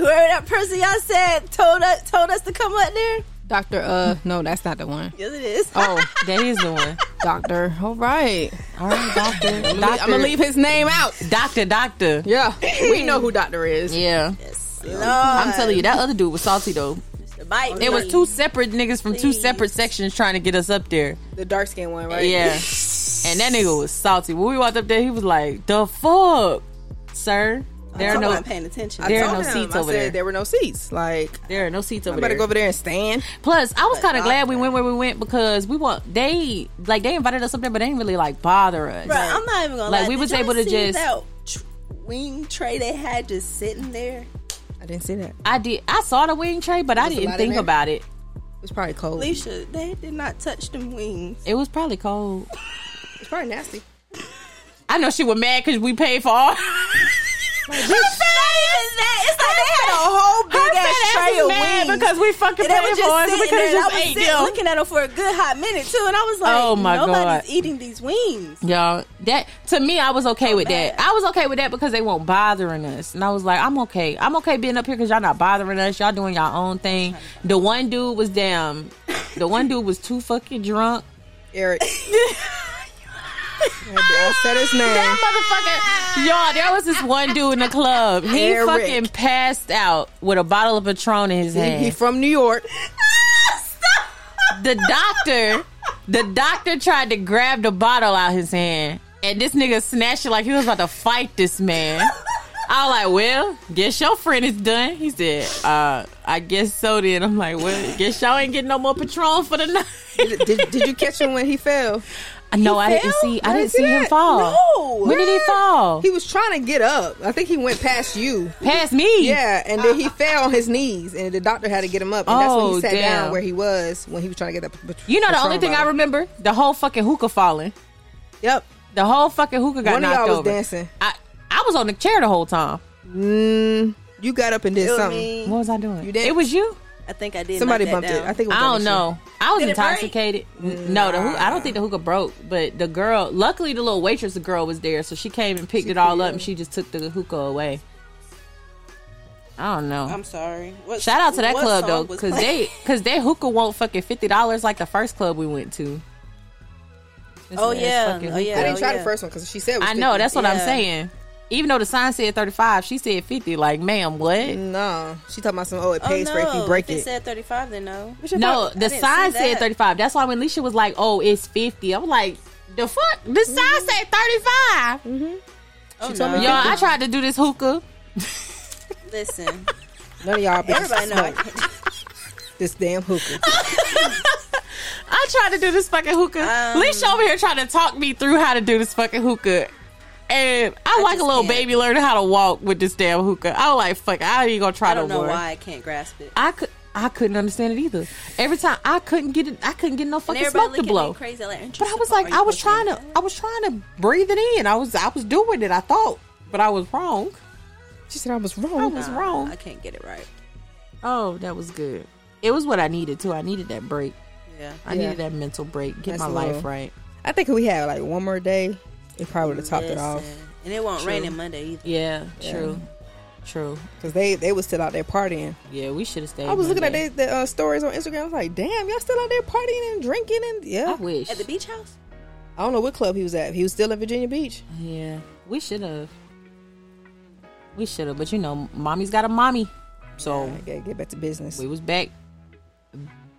[SPEAKER 4] Whoever that person y'all said told us told us to come up there.
[SPEAKER 3] Doctor uh no, that's not the one.
[SPEAKER 4] Yes, it is.
[SPEAKER 3] Oh,
[SPEAKER 5] That is the one.
[SPEAKER 3] doctor. All right.
[SPEAKER 5] All right, doctor. doctor.
[SPEAKER 3] I'm gonna leave his name out.
[SPEAKER 5] Doctor, doctor.
[SPEAKER 3] Yeah, we know who Doctor is.
[SPEAKER 5] Yeah.
[SPEAKER 4] Yes, Lord.
[SPEAKER 5] I'm telling you, that other dude was salty though.
[SPEAKER 4] Bite
[SPEAKER 5] It was
[SPEAKER 4] me.
[SPEAKER 5] two separate niggas from two
[SPEAKER 4] Please.
[SPEAKER 5] separate sections trying to get us up there.
[SPEAKER 3] The dark skinned one, right?
[SPEAKER 5] Yeah. and that nigga was salty. When we walked up there, he was like, the fuck, sir? There are
[SPEAKER 4] I'm
[SPEAKER 5] no
[SPEAKER 4] not paying attention.
[SPEAKER 5] there are
[SPEAKER 4] I
[SPEAKER 5] no
[SPEAKER 4] told
[SPEAKER 5] seats
[SPEAKER 4] him. I
[SPEAKER 5] over
[SPEAKER 4] said,
[SPEAKER 5] there.
[SPEAKER 3] There were no seats. Like
[SPEAKER 5] there are no seats over
[SPEAKER 3] I better
[SPEAKER 5] there.
[SPEAKER 3] go over there and stand.
[SPEAKER 5] Plus, I was
[SPEAKER 4] But
[SPEAKER 5] kind of glad
[SPEAKER 4] not
[SPEAKER 5] we went where we went because we want they like they invited us up there, but they didn't really like bother us.
[SPEAKER 4] Bruh, I'm not even gonna
[SPEAKER 5] Like,
[SPEAKER 4] lie.
[SPEAKER 5] we
[SPEAKER 4] Did
[SPEAKER 5] was
[SPEAKER 4] y'all
[SPEAKER 5] able to
[SPEAKER 4] see
[SPEAKER 5] just-
[SPEAKER 4] that tr- wing tray they had just sitting there.
[SPEAKER 3] I didn't see that.
[SPEAKER 5] I did. I saw the wing tray, but I
[SPEAKER 3] was a lot
[SPEAKER 5] didn't
[SPEAKER 3] in
[SPEAKER 5] think
[SPEAKER 3] there.
[SPEAKER 5] about it.
[SPEAKER 3] It was probably cold. It
[SPEAKER 4] Alicia, they did not touch them wings.
[SPEAKER 5] It was probably cold.
[SPEAKER 3] was probably nasty.
[SPEAKER 5] I know she was mad because we paid for all.
[SPEAKER 4] It's not even that. It's like they had a whole
[SPEAKER 5] Her
[SPEAKER 4] big ass
[SPEAKER 5] fat ass
[SPEAKER 4] tray
[SPEAKER 5] was
[SPEAKER 4] of
[SPEAKER 5] mad
[SPEAKER 4] wings.
[SPEAKER 5] because we fucking
[SPEAKER 4] And they were
[SPEAKER 5] paid for
[SPEAKER 4] just
[SPEAKER 5] us. We
[SPEAKER 4] sitting
[SPEAKER 5] could have
[SPEAKER 4] there, and I
[SPEAKER 5] just
[SPEAKER 4] was
[SPEAKER 5] ate
[SPEAKER 4] sitting
[SPEAKER 5] them.
[SPEAKER 4] looking at them for a good hot minute too, and I was like,
[SPEAKER 5] Oh, my God.
[SPEAKER 4] nobody's eating these wings.
[SPEAKER 5] Y'all, that to me, I was okay with
[SPEAKER 4] mad.
[SPEAKER 5] that. I was okay with that because they weren't bothering us, and I was like, I'm okay. I'm okay being up here because y'all not bothering us. Y'all doing y'all own thing. The one dude was damn. The one dude was too fucking drunk.
[SPEAKER 3] Eric. I said his name.
[SPEAKER 5] That motherfucker, y'all. There was this one dude in the club. He
[SPEAKER 3] Eric.
[SPEAKER 5] fucking passed out with a bottle of Patron in his hand.
[SPEAKER 3] He, he from New York.
[SPEAKER 5] the doctor, the doctor tried to grab the bottle out his hand, and this nigga snatched it like he was about to fight this man. I was like, "Well, guess your friend is done." He said, "Uh, I guess so." Then I'm like, "Well, guess y'all ain't getting no more Patron for the night."
[SPEAKER 3] Did, did, did you catch him when he fell?
[SPEAKER 5] no, Oh, I didn't
[SPEAKER 4] fell?
[SPEAKER 5] see. I
[SPEAKER 3] I
[SPEAKER 5] didn't
[SPEAKER 3] see
[SPEAKER 5] see him
[SPEAKER 3] that.
[SPEAKER 5] fall.
[SPEAKER 4] No.
[SPEAKER 5] When did he fall?
[SPEAKER 3] He was trying to get up. I think he went past you.
[SPEAKER 5] Past me.
[SPEAKER 3] Yeah, and then he fell on his knees, and the doctor had to get him up. And that's when
[SPEAKER 5] Oh,
[SPEAKER 3] he sat
[SPEAKER 5] damn.
[SPEAKER 3] down where he was when he was trying to get that. pat-
[SPEAKER 5] You know the
[SPEAKER 3] Patron
[SPEAKER 5] only thing I
[SPEAKER 3] bottle.
[SPEAKER 5] remember the whole fucking hookah falling.
[SPEAKER 3] Yep,
[SPEAKER 5] The whole fucking hookah got
[SPEAKER 3] one of
[SPEAKER 5] knocked
[SPEAKER 3] y'all was
[SPEAKER 5] over.
[SPEAKER 3] dancing.
[SPEAKER 5] I I was on the chair the whole time.
[SPEAKER 3] Mm, you got up and did
[SPEAKER 4] Feel
[SPEAKER 3] something.
[SPEAKER 4] me?
[SPEAKER 5] What was I doing?
[SPEAKER 3] You danced.
[SPEAKER 5] it was you.
[SPEAKER 4] I think I did.
[SPEAKER 3] Somebody
[SPEAKER 4] knock
[SPEAKER 3] bumped
[SPEAKER 4] that
[SPEAKER 3] it.
[SPEAKER 4] down.
[SPEAKER 3] I think it was
[SPEAKER 5] I don't
[SPEAKER 3] Alicia.
[SPEAKER 5] know. I was
[SPEAKER 4] Did it break?
[SPEAKER 5] intoxicated. N- No, the hoo- I don't think the hookah broke, but the girl. Luckily, the little waitress, the girl was there, so she came and picked it all up, and she just took the hookah away. I don't know.
[SPEAKER 4] I'm sorry. What,
[SPEAKER 5] Shout out to that
[SPEAKER 4] what
[SPEAKER 5] club
[SPEAKER 4] song
[SPEAKER 5] though,
[SPEAKER 4] was
[SPEAKER 5] because
[SPEAKER 4] playing?
[SPEAKER 5] they because their hookah won't fucking fifty dollars like the first club we went to. This
[SPEAKER 4] Oh,
[SPEAKER 5] man's
[SPEAKER 4] yeah.
[SPEAKER 5] fucking
[SPEAKER 4] Oh, yeah.
[SPEAKER 5] hookah.
[SPEAKER 3] I didn't
[SPEAKER 4] Oh,
[SPEAKER 3] try
[SPEAKER 4] yeah.
[SPEAKER 3] the first one because she said. It was
[SPEAKER 5] I know.
[SPEAKER 3] 50.
[SPEAKER 5] That's what I'm
[SPEAKER 4] Yeah.
[SPEAKER 5] saying. Even though the sign said thirty five, she said fifty. Like, ma'am, what?
[SPEAKER 3] No, she talking about some. Oh, it
[SPEAKER 4] Oh,
[SPEAKER 3] pays
[SPEAKER 4] no.
[SPEAKER 3] for if you break
[SPEAKER 4] it
[SPEAKER 3] it.
[SPEAKER 4] said 35, then no.
[SPEAKER 5] No, the sign said 35. That's why when Leisha was like, oh, it's 50, I'm like, the fuck? The sign said 35.
[SPEAKER 4] Mm-hmm. Oh,
[SPEAKER 3] told
[SPEAKER 4] no.
[SPEAKER 3] me
[SPEAKER 5] Y'all, I tried to do this hookah.
[SPEAKER 4] Listen,
[SPEAKER 3] None of y'all
[SPEAKER 4] everybody
[SPEAKER 3] bitches
[SPEAKER 4] know I
[SPEAKER 3] smoke
[SPEAKER 4] can't.
[SPEAKER 3] this damn hookah.
[SPEAKER 5] I tried to do this fucking hookah.
[SPEAKER 4] Um,
[SPEAKER 5] Leisha over here trying to talk me through how to do this fucking hookah. And I, like a
[SPEAKER 4] just
[SPEAKER 5] little
[SPEAKER 4] can't.
[SPEAKER 5] baby learning how to walk with this damn hookah. I was like, fuck, I ain't even gonna try
[SPEAKER 4] I don't
[SPEAKER 5] no
[SPEAKER 4] know
[SPEAKER 5] more.
[SPEAKER 4] why I can't grasp it.
[SPEAKER 5] I could. I couldn't understand it either. Every time I couldn't get it, I couldn't get no
[SPEAKER 4] And
[SPEAKER 5] fucking
[SPEAKER 4] everybody
[SPEAKER 5] smoke to
[SPEAKER 4] looking at
[SPEAKER 5] blow.
[SPEAKER 4] me crazy. Like,
[SPEAKER 5] But I was like, I was trying to, I was trying to breathe it in. I was, I was doing it. I thought, but I was wrong.
[SPEAKER 3] She said I was
[SPEAKER 5] I
[SPEAKER 4] Oh,
[SPEAKER 3] wrong.
[SPEAKER 5] was
[SPEAKER 4] I
[SPEAKER 5] wrong.
[SPEAKER 4] can't get it right.
[SPEAKER 5] Oh, that was good. It was what I needed too. I needed that break.
[SPEAKER 4] Yeah.
[SPEAKER 5] I
[SPEAKER 3] Yeah.
[SPEAKER 5] needed that mental break. Get
[SPEAKER 3] That's
[SPEAKER 5] my
[SPEAKER 3] a
[SPEAKER 5] life
[SPEAKER 3] little-
[SPEAKER 5] right.
[SPEAKER 3] I think if we had like one more day, it probably would have topped it off
[SPEAKER 4] Listen. And it won't rain
[SPEAKER 5] True.
[SPEAKER 4] in Monday either.
[SPEAKER 5] Yeah, true, true.
[SPEAKER 3] because they they was still out there partying.
[SPEAKER 5] Yeah, we should have stayed.
[SPEAKER 3] I was looking at
[SPEAKER 5] Monday.
[SPEAKER 3] the, the uh, stories on Instagram. I was like, damn, y'all still out there partying and drinking and
[SPEAKER 5] I
[SPEAKER 3] yeah.
[SPEAKER 5] wish.
[SPEAKER 4] At the beach house?
[SPEAKER 3] I don't know what club he was at. He was still at Virginia Beach.
[SPEAKER 5] Yeah, we should have. We should have, but you know, mommy's got a mommy, so
[SPEAKER 3] I gotta get back to business.
[SPEAKER 5] we was back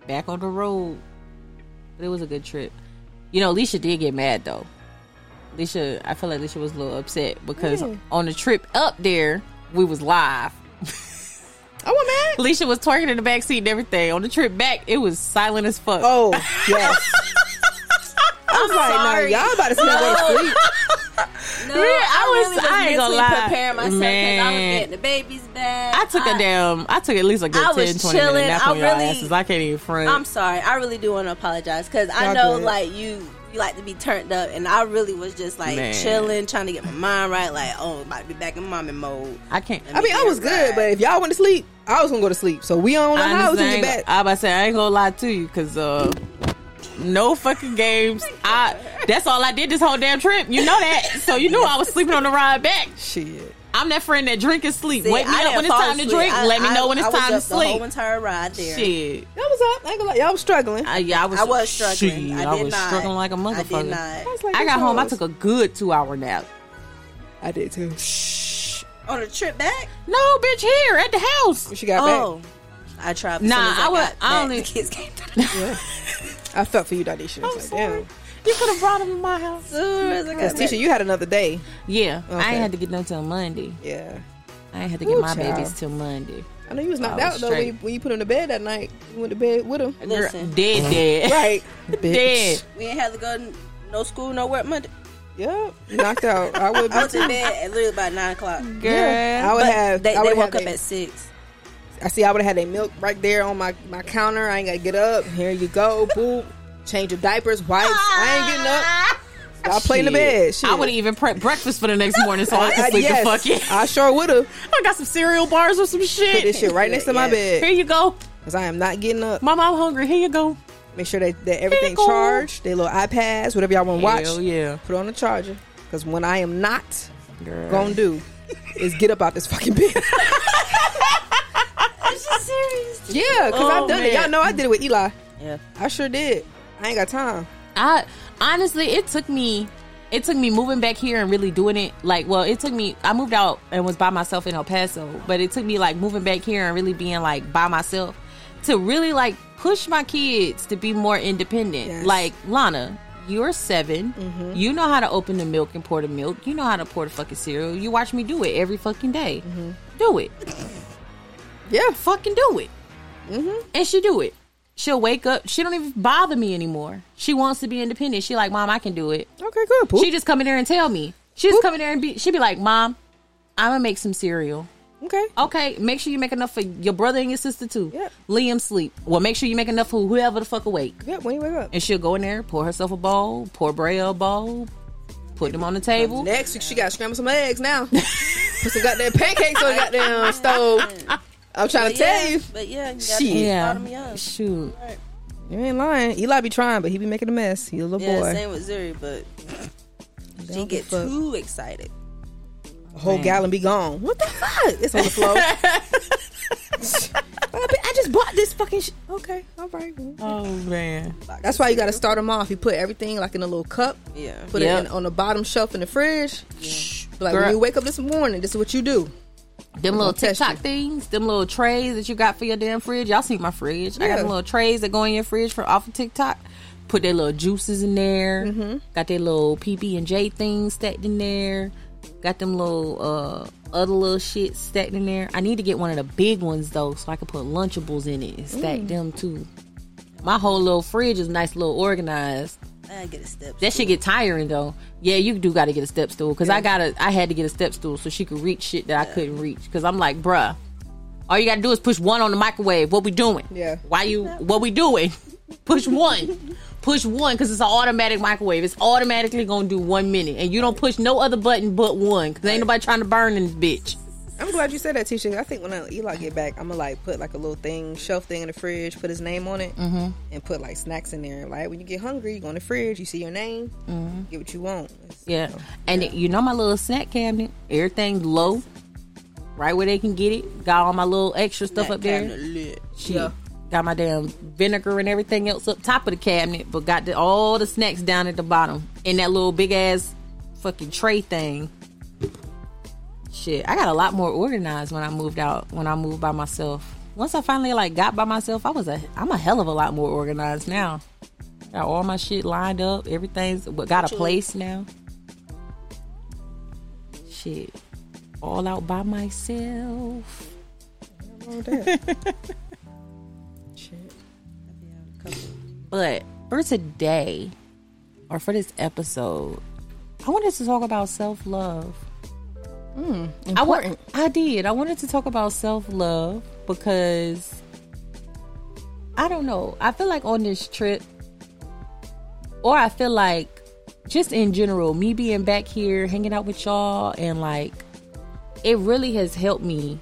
[SPEAKER 5] back on the road but it was a good trip you know Leisha did get mad though Leisha I feel like Leisha was a little upset because
[SPEAKER 3] Really?
[SPEAKER 5] on the trip up there we was live
[SPEAKER 3] I want mad.
[SPEAKER 5] Leisha was twerking in the back seat and everything on the trip back it was silent as fuck
[SPEAKER 3] Oh yes. I was like,
[SPEAKER 4] sorry.
[SPEAKER 3] no, y'all about to see me go to sleep.
[SPEAKER 4] No,
[SPEAKER 5] Yeah, I was- I ain't gonna
[SPEAKER 4] mentally
[SPEAKER 5] lie.
[SPEAKER 4] preparing myself because I was
[SPEAKER 5] Man.
[SPEAKER 4] getting the babies back.
[SPEAKER 5] I took a damn I took at least a good
[SPEAKER 4] I
[SPEAKER 5] 10
[SPEAKER 4] was
[SPEAKER 5] 20 minute
[SPEAKER 4] chilling.
[SPEAKER 5] nap
[SPEAKER 4] I
[SPEAKER 5] on y'all
[SPEAKER 4] really-
[SPEAKER 5] asses I can't even front
[SPEAKER 4] I'm sorry. I really do want to apologize because I
[SPEAKER 3] Y'all
[SPEAKER 4] know
[SPEAKER 3] good.
[SPEAKER 4] like you you like to be turned up, and I really was just like
[SPEAKER 5] Man.
[SPEAKER 4] chilling, trying to get my mind right. Like, oh, about to be back in mommy mode.
[SPEAKER 5] I can't
[SPEAKER 3] I mean, I was good, but if y'all went to sleep, I was gonna go to sleep. So we don't know how we
[SPEAKER 5] Honestly, I
[SPEAKER 3] can
[SPEAKER 5] ain't-
[SPEAKER 3] get back.
[SPEAKER 5] I about to say I ain't gonna lie to you because uh, no fucking games. I that's all I did this whole damn trip. You know that, so you knew I was sleeping on the ride back.
[SPEAKER 3] Shit.
[SPEAKER 5] I'm that friend that drink and sleep.
[SPEAKER 4] See,
[SPEAKER 5] Wake me
[SPEAKER 4] I
[SPEAKER 5] up
[SPEAKER 4] didn't
[SPEAKER 5] when it's
[SPEAKER 4] fall
[SPEAKER 5] time to
[SPEAKER 4] asleep.
[SPEAKER 5] drink.
[SPEAKER 4] I-
[SPEAKER 5] Let me
[SPEAKER 4] I-
[SPEAKER 5] know when it's
[SPEAKER 4] I was
[SPEAKER 5] time to
[SPEAKER 4] up The whole
[SPEAKER 5] sleep.
[SPEAKER 4] entire ride there.
[SPEAKER 5] Shit,
[SPEAKER 3] Y'all was up. I ain't gonna lie. Y'all was struggling.
[SPEAKER 5] I, yeah, I was.
[SPEAKER 4] I was struggling.
[SPEAKER 5] shit,
[SPEAKER 4] I,
[SPEAKER 5] I,
[SPEAKER 4] did
[SPEAKER 5] was
[SPEAKER 4] not.
[SPEAKER 5] struggling like a
[SPEAKER 4] I did
[SPEAKER 5] motherfucker. I,
[SPEAKER 4] not.
[SPEAKER 3] was like,
[SPEAKER 5] got
[SPEAKER 3] this
[SPEAKER 5] home. I
[SPEAKER 3] hoes.
[SPEAKER 5] took a good two hour nap.
[SPEAKER 3] I did too.
[SPEAKER 4] On a trip back?
[SPEAKER 5] No, bitch, here at the house.
[SPEAKER 3] When she got
[SPEAKER 4] Oh, I tried. as
[SPEAKER 5] Nah,
[SPEAKER 4] soon as
[SPEAKER 5] I
[SPEAKER 4] I
[SPEAKER 5] was-
[SPEAKER 4] got
[SPEAKER 5] I
[SPEAKER 4] back,
[SPEAKER 5] only-
[SPEAKER 4] The kids came through the door.
[SPEAKER 3] back, I felt for you, Danisha. I was like, damn.
[SPEAKER 5] You could have brought him to my house.
[SPEAKER 4] As soon as I got
[SPEAKER 3] Because
[SPEAKER 4] back.
[SPEAKER 3] Tisha, you had another day.
[SPEAKER 5] Yeah, I
[SPEAKER 3] Okay.
[SPEAKER 5] ain't had to get done till Monday.
[SPEAKER 3] Yeah.
[SPEAKER 6] I had to get
[SPEAKER 3] Ooh,
[SPEAKER 6] my
[SPEAKER 3] child.
[SPEAKER 6] babies till Monday.
[SPEAKER 3] I know you was knocked
[SPEAKER 6] I
[SPEAKER 3] out
[SPEAKER 6] was
[SPEAKER 3] though when you,
[SPEAKER 6] straight.
[SPEAKER 3] when you put him to bed that night. You went to bed with him,
[SPEAKER 4] Listen.
[SPEAKER 6] Girl, dead, dead,
[SPEAKER 3] right?
[SPEAKER 6] dead.
[SPEAKER 4] We ain't had to go to no school, no work Monday.
[SPEAKER 3] Yep, knocked out. I would
[SPEAKER 4] I
[SPEAKER 3] be
[SPEAKER 4] was in
[SPEAKER 3] too.
[SPEAKER 4] bed at literally about nine o'clock.
[SPEAKER 6] Girl,
[SPEAKER 3] Yeah, I would
[SPEAKER 4] But
[SPEAKER 3] have.
[SPEAKER 4] They,
[SPEAKER 3] I
[SPEAKER 4] they
[SPEAKER 3] would
[SPEAKER 4] woke
[SPEAKER 3] have
[SPEAKER 4] up
[SPEAKER 3] they-
[SPEAKER 4] at six.
[SPEAKER 3] I see. I would have had a milk right there on my my counter. I ain't gotta get up. Here you go. Boom. Change of diapers, wipes.
[SPEAKER 5] Ah.
[SPEAKER 3] I ain't getting up. I'll play in the bed. Shit.
[SPEAKER 5] I would have even prepped breakfast for the next morning so I
[SPEAKER 3] I-
[SPEAKER 5] could sleep
[SPEAKER 3] yes,
[SPEAKER 5] the fuck in.
[SPEAKER 3] I sure would have
[SPEAKER 5] I got some cereal bars or some shit.
[SPEAKER 3] put this shit right next to my
[SPEAKER 4] Yeah.
[SPEAKER 5] Here
[SPEAKER 3] bed
[SPEAKER 5] you go.
[SPEAKER 3] because I am not getting up.
[SPEAKER 5] Mom, I'm hungry. Here you go.
[SPEAKER 3] Make sure that, that everything
[SPEAKER 5] Pickle.
[SPEAKER 3] charged. They little iPads, whatever y'all want to watch.
[SPEAKER 5] Hell yeah.
[SPEAKER 3] Put it on the charger because when I am not
[SPEAKER 5] Girl.
[SPEAKER 3] gonna do is get up out this fucking bed.
[SPEAKER 4] serious?
[SPEAKER 3] Yeah, because
[SPEAKER 5] Oh,
[SPEAKER 3] I've done it.
[SPEAKER 5] man.
[SPEAKER 3] Y'all know I did it with Eli.
[SPEAKER 4] Yeah.
[SPEAKER 3] I sure did. I ain't got time.
[SPEAKER 5] I honestly, it took me, it took me moving back here and really doing it. Like, well, it took me. I moved out and was by myself in El Paso, but it took me like moving back here and really being like by myself to really like push my kids to be more independent.
[SPEAKER 3] Yes. Mm-hmm.
[SPEAKER 5] Like Lana. You're 7 You know how to open the milk and pour the milk. You know how to pour the fucking cereal. You watch me do it every fucking day. Do it.
[SPEAKER 3] Mm-hmm. Yeah,
[SPEAKER 5] fucking do it. And she do it. She'll wake up. She don't even bother me anymore. She wants to be independent. She like, mom, I can do it.
[SPEAKER 3] Okay, good. Poop.
[SPEAKER 5] She just come in there and tell me. She just
[SPEAKER 3] Boop.
[SPEAKER 5] come in there and be. She be like, mom, I'm gonna make some cereal.
[SPEAKER 3] okay.
[SPEAKER 5] Okay, make sure you make enough for your brother and your sister too.
[SPEAKER 3] Yep.
[SPEAKER 5] Liam sleep. Well, make sure you make enough for whoever the fuck awake.
[SPEAKER 3] Yeah, when you wake up.
[SPEAKER 5] And she'll go in there, pour herself a bowl, pour Bray a bowl, put them on the table.
[SPEAKER 3] Next week she got to scramble some eggs now. Put some goddamn pancakes on the goddamn stove. I'm trying
[SPEAKER 4] But
[SPEAKER 3] to
[SPEAKER 4] yeah,
[SPEAKER 3] tell you.
[SPEAKER 4] But yeah, you
[SPEAKER 3] Shit.
[SPEAKER 5] Yeah.
[SPEAKER 4] bottom young.
[SPEAKER 5] Shoot.
[SPEAKER 3] You ain't lying. Eli be trying, but he be making a mess. He a little
[SPEAKER 4] Yeah,
[SPEAKER 3] boy.
[SPEAKER 4] same with Zuri, but
[SPEAKER 3] They
[SPEAKER 4] she
[SPEAKER 3] don't
[SPEAKER 4] get
[SPEAKER 3] fuck.
[SPEAKER 4] too excited.
[SPEAKER 3] A whole gallon be gone. What the fuck? It's on the floor. I be- I just bought this fucking shit. Okay, all right.
[SPEAKER 5] Oh man.
[SPEAKER 3] That's why you gotta start them off. You put everything like in a little cup.
[SPEAKER 4] Yeah.
[SPEAKER 3] Put
[SPEAKER 5] Yep.
[SPEAKER 3] it in, on the bottom shelf in the fridge. Be Like
[SPEAKER 5] Girl.
[SPEAKER 3] when you wake up this morning, this is what you do.
[SPEAKER 5] Them little
[SPEAKER 3] gonna test
[SPEAKER 5] TikTok things, them little trays that you got for your damn fridge. Y'all see my fridge. I
[SPEAKER 3] Yeah.
[SPEAKER 5] got them little trays that go in your fridge for off of TikTok. Put their little juices in there. Got their little PB and J things stacked in there. Got them little uh other little shit stacked in there. I need to get one of the big ones though, so I can put Lunchables in it and stack them too. My whole little fridge is nice, little organized.
[SPEAKER 4] I get a step.
[SPEAKER 5] That shit get tiring though. Yeah, you do got to get a step stool because I gotta. I had to get a step stool so she could reach shit that I couldn't reach because I'm like, bruh, all you gotta do is push one on the microwave. What we doing?
[SPEAKER 3] Yeah.
[SPEAKER 5] Why you? What we doing? Push one. Push one because it's an automatic microwave. It's automatically gonna do one minute, and you don't push no other button but one because ain't nobody trying to burn in this bitch.
[SPEAKER 3] I'm glad you said that, Tisha. I think when I, Eli get back, I'm gonna like put like a little thing, shelf thing in the fridge, put his name on it, and put like snacks in there. Like when you get hungry, you go in the fridge, you see your name, get what you want. It's-
[SPEAKER 5] Yeah. And it- you know my little snack cabinet, everything's low, right where they can get it. Got all my little extra stuff
[SPEAKER 4] That
[SPEAKER 5] up there.
[SPEAKER 4] cabinet lit.
[SPEAKER 5] Shit. Got my damn vinegar and everything else up top of the cabinet, but got the, all the snacks down at the bottom in that little big ass fucking tray thing. Shit, I got a lot more organized when I moved out. When I moved by myself, once I finally like got by myself, I was a I'm a hell of a lot more organized now. Got all my shit lined up. Everything's but got a place now. Shit, all out by myself.
[SPEAKER 3] all that.
[SPEAKER 5] But for today, or for this episode, I wanted to talk about self love. Mm, I, wa- I did. I wanted to talk about self love because I don't know. I feel like on this trip, or I feel like just in general, me being back here, hanging out with y'all, and like it really has helped me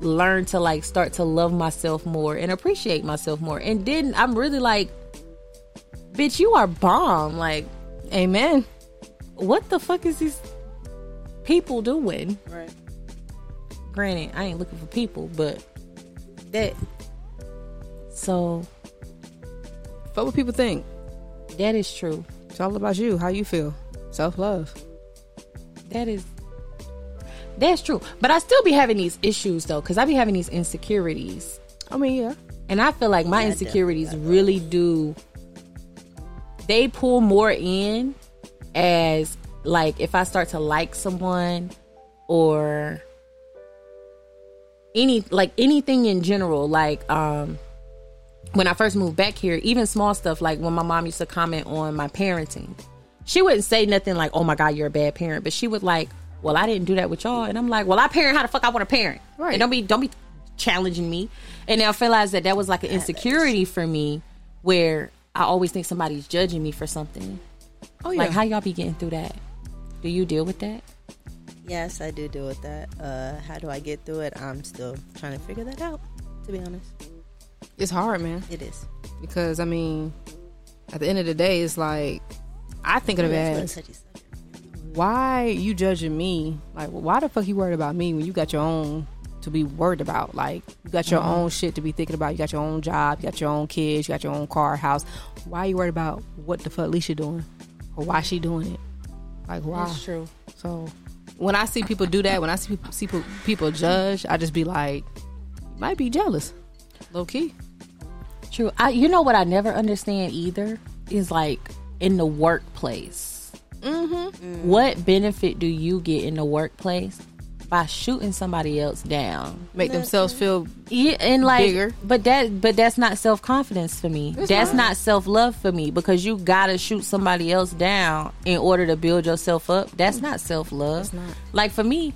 [SPEAKER 5] learn to like start to love myself more and appreciate myself more. And then I'm really like, bitch, you are bomb. Like,
[SPEAKER 3] Amen.
[SPEAKER 5] what the fuck is these people doing?
[SPEAKER 4] Right.
[SPEAKER 5] Granted, I ain't looking for people, but that. So
[SPEAKER 3] Fuck what people think.
[SPEAKER 5] that is true.
[SPEAKER 3] It's all about you. How you feel? Self love.
[SPEAKER 5] That is that's true. But I still be having these issues though, because I be having these insecurities.
[SPEAKER 3] I mean, yeah.
[SPEAKER 5] And I feel like my
[SPEAKER 4] definitely
[SPEAKER 5] insecurities really do they pull more in as like if I start to like someone or any like anything in general like um when i first moved back here even small stuff like when my mom used to comment on my parenting she wouldn't say nothing like oh my god you're a bad parent but she would like well i didn't do that with y'all and i'm like well i parent how the fuck i want to parent
[SPEAKER 3] Right.
[SPEAKER 5] and don't be don't be challenging me and now i realized that that was like an insecurity for me where i always think somebody's judging me for something
[SPEAKER 3] Oh yeah.
[SPEAKER 5] like how y'all be getting through that do you deal with that
[SPEAKER 4] Yes, I do deal with that. Uh, how do I get through it? I'm still trying to figure that out. To be honest,
[SPEAKER 3] it's hard, man.
[SPEAKER 4] it is.
[SPEAKER 3] Because I mean, at the end of the day, it's like I think of it
[SPEAKER 4] It's a
[SPEAKER 3] as
[SPEAKER 4] touchy subject.
[SPEAKER 3] why you judging me? Like, why the fuck you worried about me when you got your own to be worried about? Like, you got your own shit to be thinking about. You got your own job. You got your own kids. You got your own car, house. Why you worried about what the fuck Leisha doing or why she doing it? Like, why?
[SPEAKER 5] true
[SPEAKER 3] So when I see people do that, when I see people, see people, people judge, I just be like, you might be jealous, low key.
[SPEAKER 5] True. I you know what I never understand either is like in the workplace. Mm-hmm. What benefit do you get in the workplace by shooting somebody else down?
[SPEAKER 3] Make themselves feel
[SPEAKER 5] Yeah, and like,
[SPEAKER 3] Bigger.
[SPEAKER 5] but that, but that's not self confidence for me. that's not, self love for me because you gotta shoot somebody else down in order to build yourself up. That's not self love.
[SPEAKER 3] not.
[SPEAKER 5] Like for me,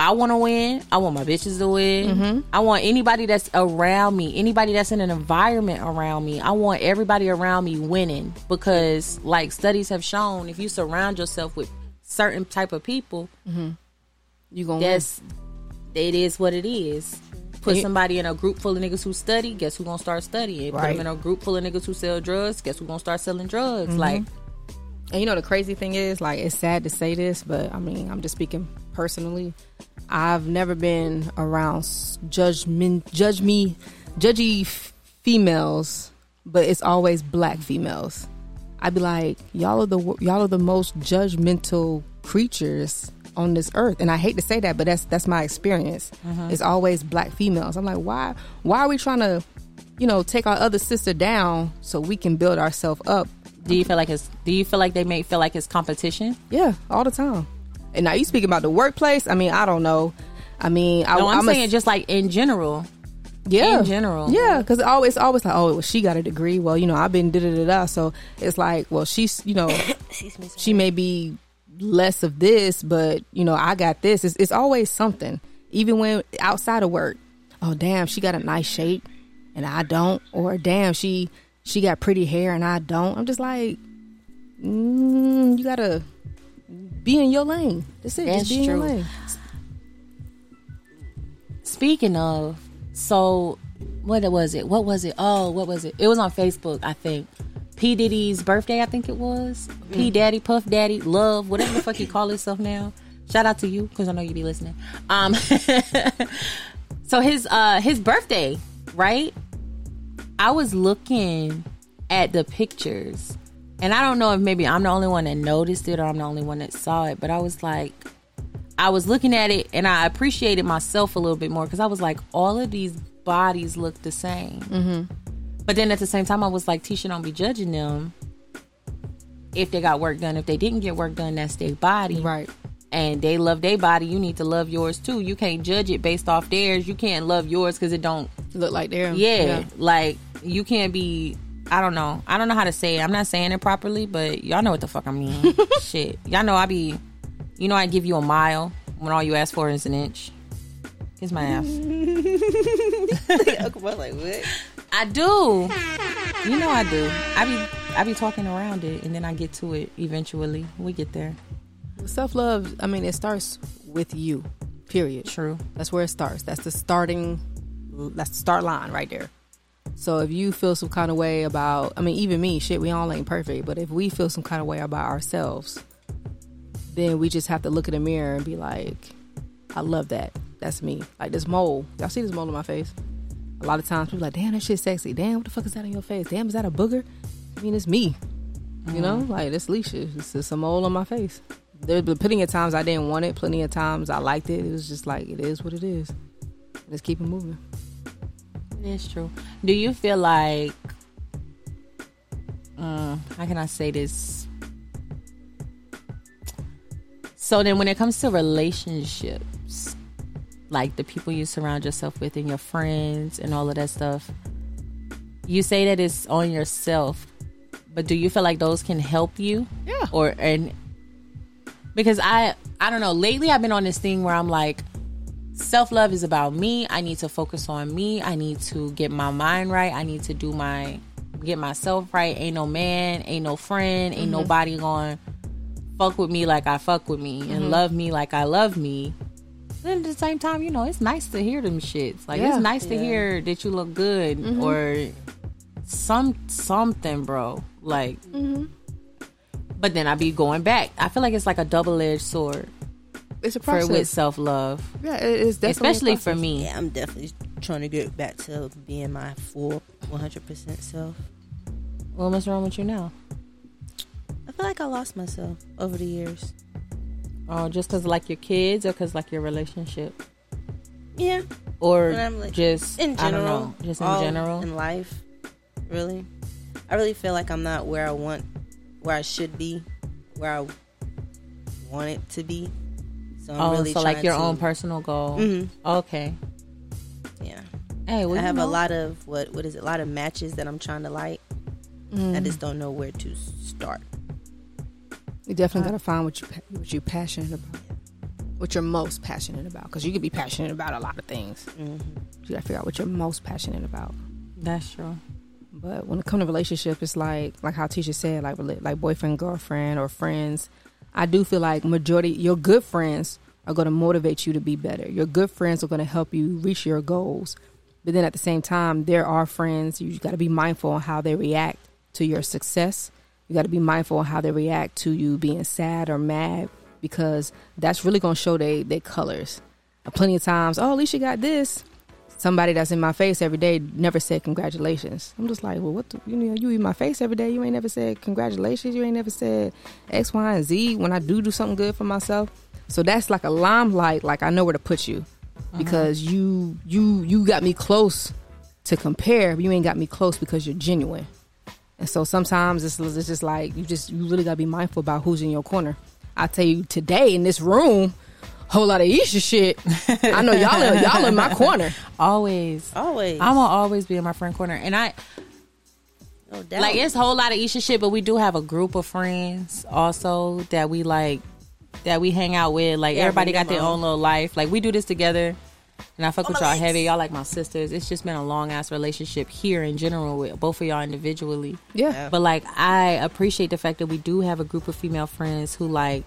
[SPEAKER 5] I want to win. I want my bitches to win.
[SPEAKER 3] Mm-hmm.
[SPEAKER 5] I want anybody that's around me, anybody that's in an environment around me. I want everybody around me winning because, like studies have shown, if you surround yourself with certain type of people,
[SPEAKER 3] you gonna
[SPEAKER 5] that's it is what it is. Put
[SPEAKER 3] Yeah.
[SPEAKER 5] somebody in a group full of niggas who study, guess who gonna start studying? Put
[SPEAKER 3] Right.
[SPEAKER 5] them in a group full of niggas who sell drugs, guess who gonna start selling drugs?
[SPEAKER 3] Mm-hmm.
[SPEAKER 5] Like
[SPEAKER 3] And you know the crazy thing is, like, it's sad to say this, but I mean, I'm just speaking personally. I've never been around s- judgment, judge me, judgy f- females, but it's always black females. I'd be like, y'all are the wo- y'all are the most judgmental creatures on this earth, and I hate to say that, but that's that's my experience. It's always black females. I'm like, why why are we trying to, you know, take our other sister down so we can build ourselves up
[SPEAKER 5] do you feel like it's do you feel like they may feel like it's competition?
[SPEAKER 3] yeah, all the time. And now you speaking about the workplace. I mean, I don't know. I mean, I,
[SPEAKER 5] No, I'm,
[SPEAKER 3] Oh, a-
[SPEAKER 5] saying just like in general.
[SPEAKER 3] yeah,
[SPEAKER 5] in general.
[SPEAKER 3] Yeah, because always, always like, oh, well, she got a degree. Well, you know, I've been da da da da. So it's like, well, she's, you know,
[SPEAKER 4] Excuse me.
[SPEAKER 3] she may be less of this, but you know, I got this. It's, it's always something, even when outside of work. Oh, damn, she got a nice shape, and I don't. Or damn, she she got pretty hair, and I don't. I'm just like, mm, you gotta be in your lane. That's it.
[SPEAKER 5] That's
[SPEAKER 3] just be in
[SPEAKER 5] true.
[SPEAKER 3] your lane.
[SPEAKER 5] Speaking of, so what it- was it? What was it? Oh, what was it? It was on Facebook, I think. P Diddy's birthday, I think it was. P Daddy, Puff Daddy, Love, whatever the fuck he call himself now. Shout out to you because I know you be listening. Um, so his uh his birthday, right? I was looking at the pictures, and I don't know if maybe I'm the only one that noticed it or I'm the only one that saw it, but I was like, I was looking at it and I appreciated myself a little bit more because I was like, all of these bodies look the same. Mm-hmm. But then at the same time, I was like, Tisha, don't be judging them if they got work done. If they didn't get work done, that's their body.
[SPEAKER 3] Right.
[SPEAKER 5] And they love their body. You need to love yours too. You can't judge it based off theirs. You can't love yours because it don't
[SPEAKER 3] Look like they're
[SPEAKER 5] yeah, like you can't be. I don't know. I don't know how to say it. I'm not saying it properly, but y'all know what the fuck I mean. Shit, y'all know I be. You know I give you a mile when all you ask for is an inch. Kiss my ass.
[SPEAKER 4] Uncle Boy like what?
[SPEAKER 5] I do. You know I do. I be I be talking around it, and then I get to it eventually. We get there.
[SPEAKER 3] Self love. I mean, it starts with you. Period.
[SPEAKER 5] True.
[SPEAKER 3] That's where it starts. That's the starting. That's the start line right there. So if you feel some kind of way about, I mean, even me, shit, we all ain't perfect. But if we feel some kind of way about ourselves, then we just have to look in the mirror and be like, I love that. That's me. Like this mole. Y'all see this mole on my face? A lot of times people like, damn, that shit's sexy. Damn, what the fuck is that on your face? Damn, is that a booger? I mean, it's me. You know, like it's Leisha. It's just a mole on my face. There's been plenty of times I didn't want it. Plenty of times I liked it. It was just like it is what it is. Let's keep it moving.
[SPEAKER 5] It's true. Do you feel like, um, how can I say this? So then, when it comes to relationships, like the people you surround yourself with and your friends and all of that stuff. You say that it's on yourself, but do you feel like those can help you?
[SPEAKER 3] Yeah.
[SPEAKER 5] Or and because I I don't know, lately I've been on this thing where I'm like self love is about me. I need to focus on me. I need to get my mind right. I need to do my get myself right. Ain't no man, ain't no friend,
[SPEAKER 3] Mm-hmm.
[SPEAKER 5] ain't nobody going fuck with me like I fuck with me
[SPEAKER 3] Mm-hmm.
[SPEAKER 5] and love me like I love me. Then at the same time, you know, it's nice to hear them shits. Like
[SPEAKER 3] Yeah. Mm-hmm.
[SPEAKER 5] it's nice to hear that you look good or some something, bro. Like
[SPEAKER 3] Mm-hmm.
[SPEAKER 5] But then I be going back. I feel like it's like a double edged sword
[SPEAKER 3] It's a
[SPEAKER 5] for
[SPEAKER 3] process.
[SPEAKER 5] with self love.
[SPEAKER 3] yeah, it- it's definitely a
[SPEAKER 5] Especially for
[SPEAKER 3] process.
[SPEAKER 5] me.
[SPEAKER 4] Yeah, I'm definitely trying to get back to being my full 100% self.
[SPEAKER 5] Well, what's wrong with you now?
[SPEAKER 4] I feel like I lost myself over the years.
[SPEAKER 5] Oh, just because like your kids, or because like your relationship,
[SPEAKER 4] Yeah,
[SPEAKER 5] or
[SPEAKER 4] But I'm, like,
[SPEAKER 5] just
[SPEAKER 4] in
[SPEAKER 5] I don't
[SPEAKER 4] general,
[SPEAKER 5] know, just in
[SPEAKER 4] all
[SPEAKER 5] general.
[SPEAKER 4] in life, really. I really feel like I'm not where I want, where I should be, where I want it to be. So I'm
[SPEAKER 5] oh,
[SPEAKER 4] really
[SPEAKER 5] so like
[SPEAKER 4] trying
[SPEAKER 5] your
[SPEAKER 4] to-
[SPEAKER 5] own personal goal.
[SPEAKER 4] Mhm.
[SPEAKER 5] Okay.
[SPEAKER 4] Yeah,
[SPEAKER 5] Hey, well,
[SPEAKER 4] I
[SPEAKER 5] you
[SPEAKER 4] have a
[SPEAKER 5] know,
[SPEAKER 4] lot of what what is it? A lot of matches that I'm trying to light. I
[SPEAKER 5] Mm.
[SPEAKER 4] just don't know where to start.
[SPEAKER 3] You definitely gotta find what you pa- what you passionate about, what you're most passionate about, because you could be passionate about a lot of things.
[SPEAKER 4] Mm-hmm.
[SPEAKER 3] You gotta figure out what you're most passionate about.
[SPEAKER 5] That's true. Uh-huh.
[SPEAKER 3] But when it comes to relationship, it's like like how Tisha said, like rela- like boyfriend, girlfriend, or friends. I do feel like majority your good friends are going to motivate you to be better. Your good friends are going to help you reach your goals. But then at the same time, there are friends you got to be mindful on how they react to your success. You got to be mindful on how they react to you being sad or mad because that's really going to show they their colors. Plenty of times, oh, at least you got this somebody that's in my face every day never said congratulations. I'm just like, well, what the, you know, you in my face every day. You ain't never said congratulations. You ain't never said X, Y, and Z when I do do something good for myself. So that's like a limelight. Like I know where to put you
[SPEAKER 5] Uh-huh.
[SPEAKER 3] because you you you got me close to compare. But you ain't got me close because you're genuine. And so sometimes it's, it's just like you just you really gotta be mindful about who's in your corner. I tell you today in this room, whole lot of Isha shit. I know y'all in- y'all in my corner.
[SPEAKER 5] Always,
[SPEAKER 4] Always.
[SPEAKER 5] I'm gonna always be in my friend corner, and I
[SPEAKER 4] No doubt.
[SPEAKER 5] like it's a whole lot of Isha shit, but we do have a group of friends also that we like that we hang out with. Like
[SPEAKER 4] Yeah,
[SPEAKER 5] everybody
[SPEAKER 4] bring
[SPEAKER 5] got
[SPEAKER 4] them
[SPEAKER 5] their
[SPEAKER 4] on.
[SPEAKER 5] own little life. Like we do this together. And I fuck
[SPEAKER 4] Oh,
[SPEAKER 5] with
[SPEAKER 4] my
[SPEAKER 5] y'all
[SPEAKER 4] legs.
[SPEAKER 5] heavy. Y'all like my sisters. It's just been a long ass relationship here in general with both of y'all individually.
[SPEAKER 3] Yeah.
[SPEAKER 5] But like I appreciate the fact that we do have a group of female friends who like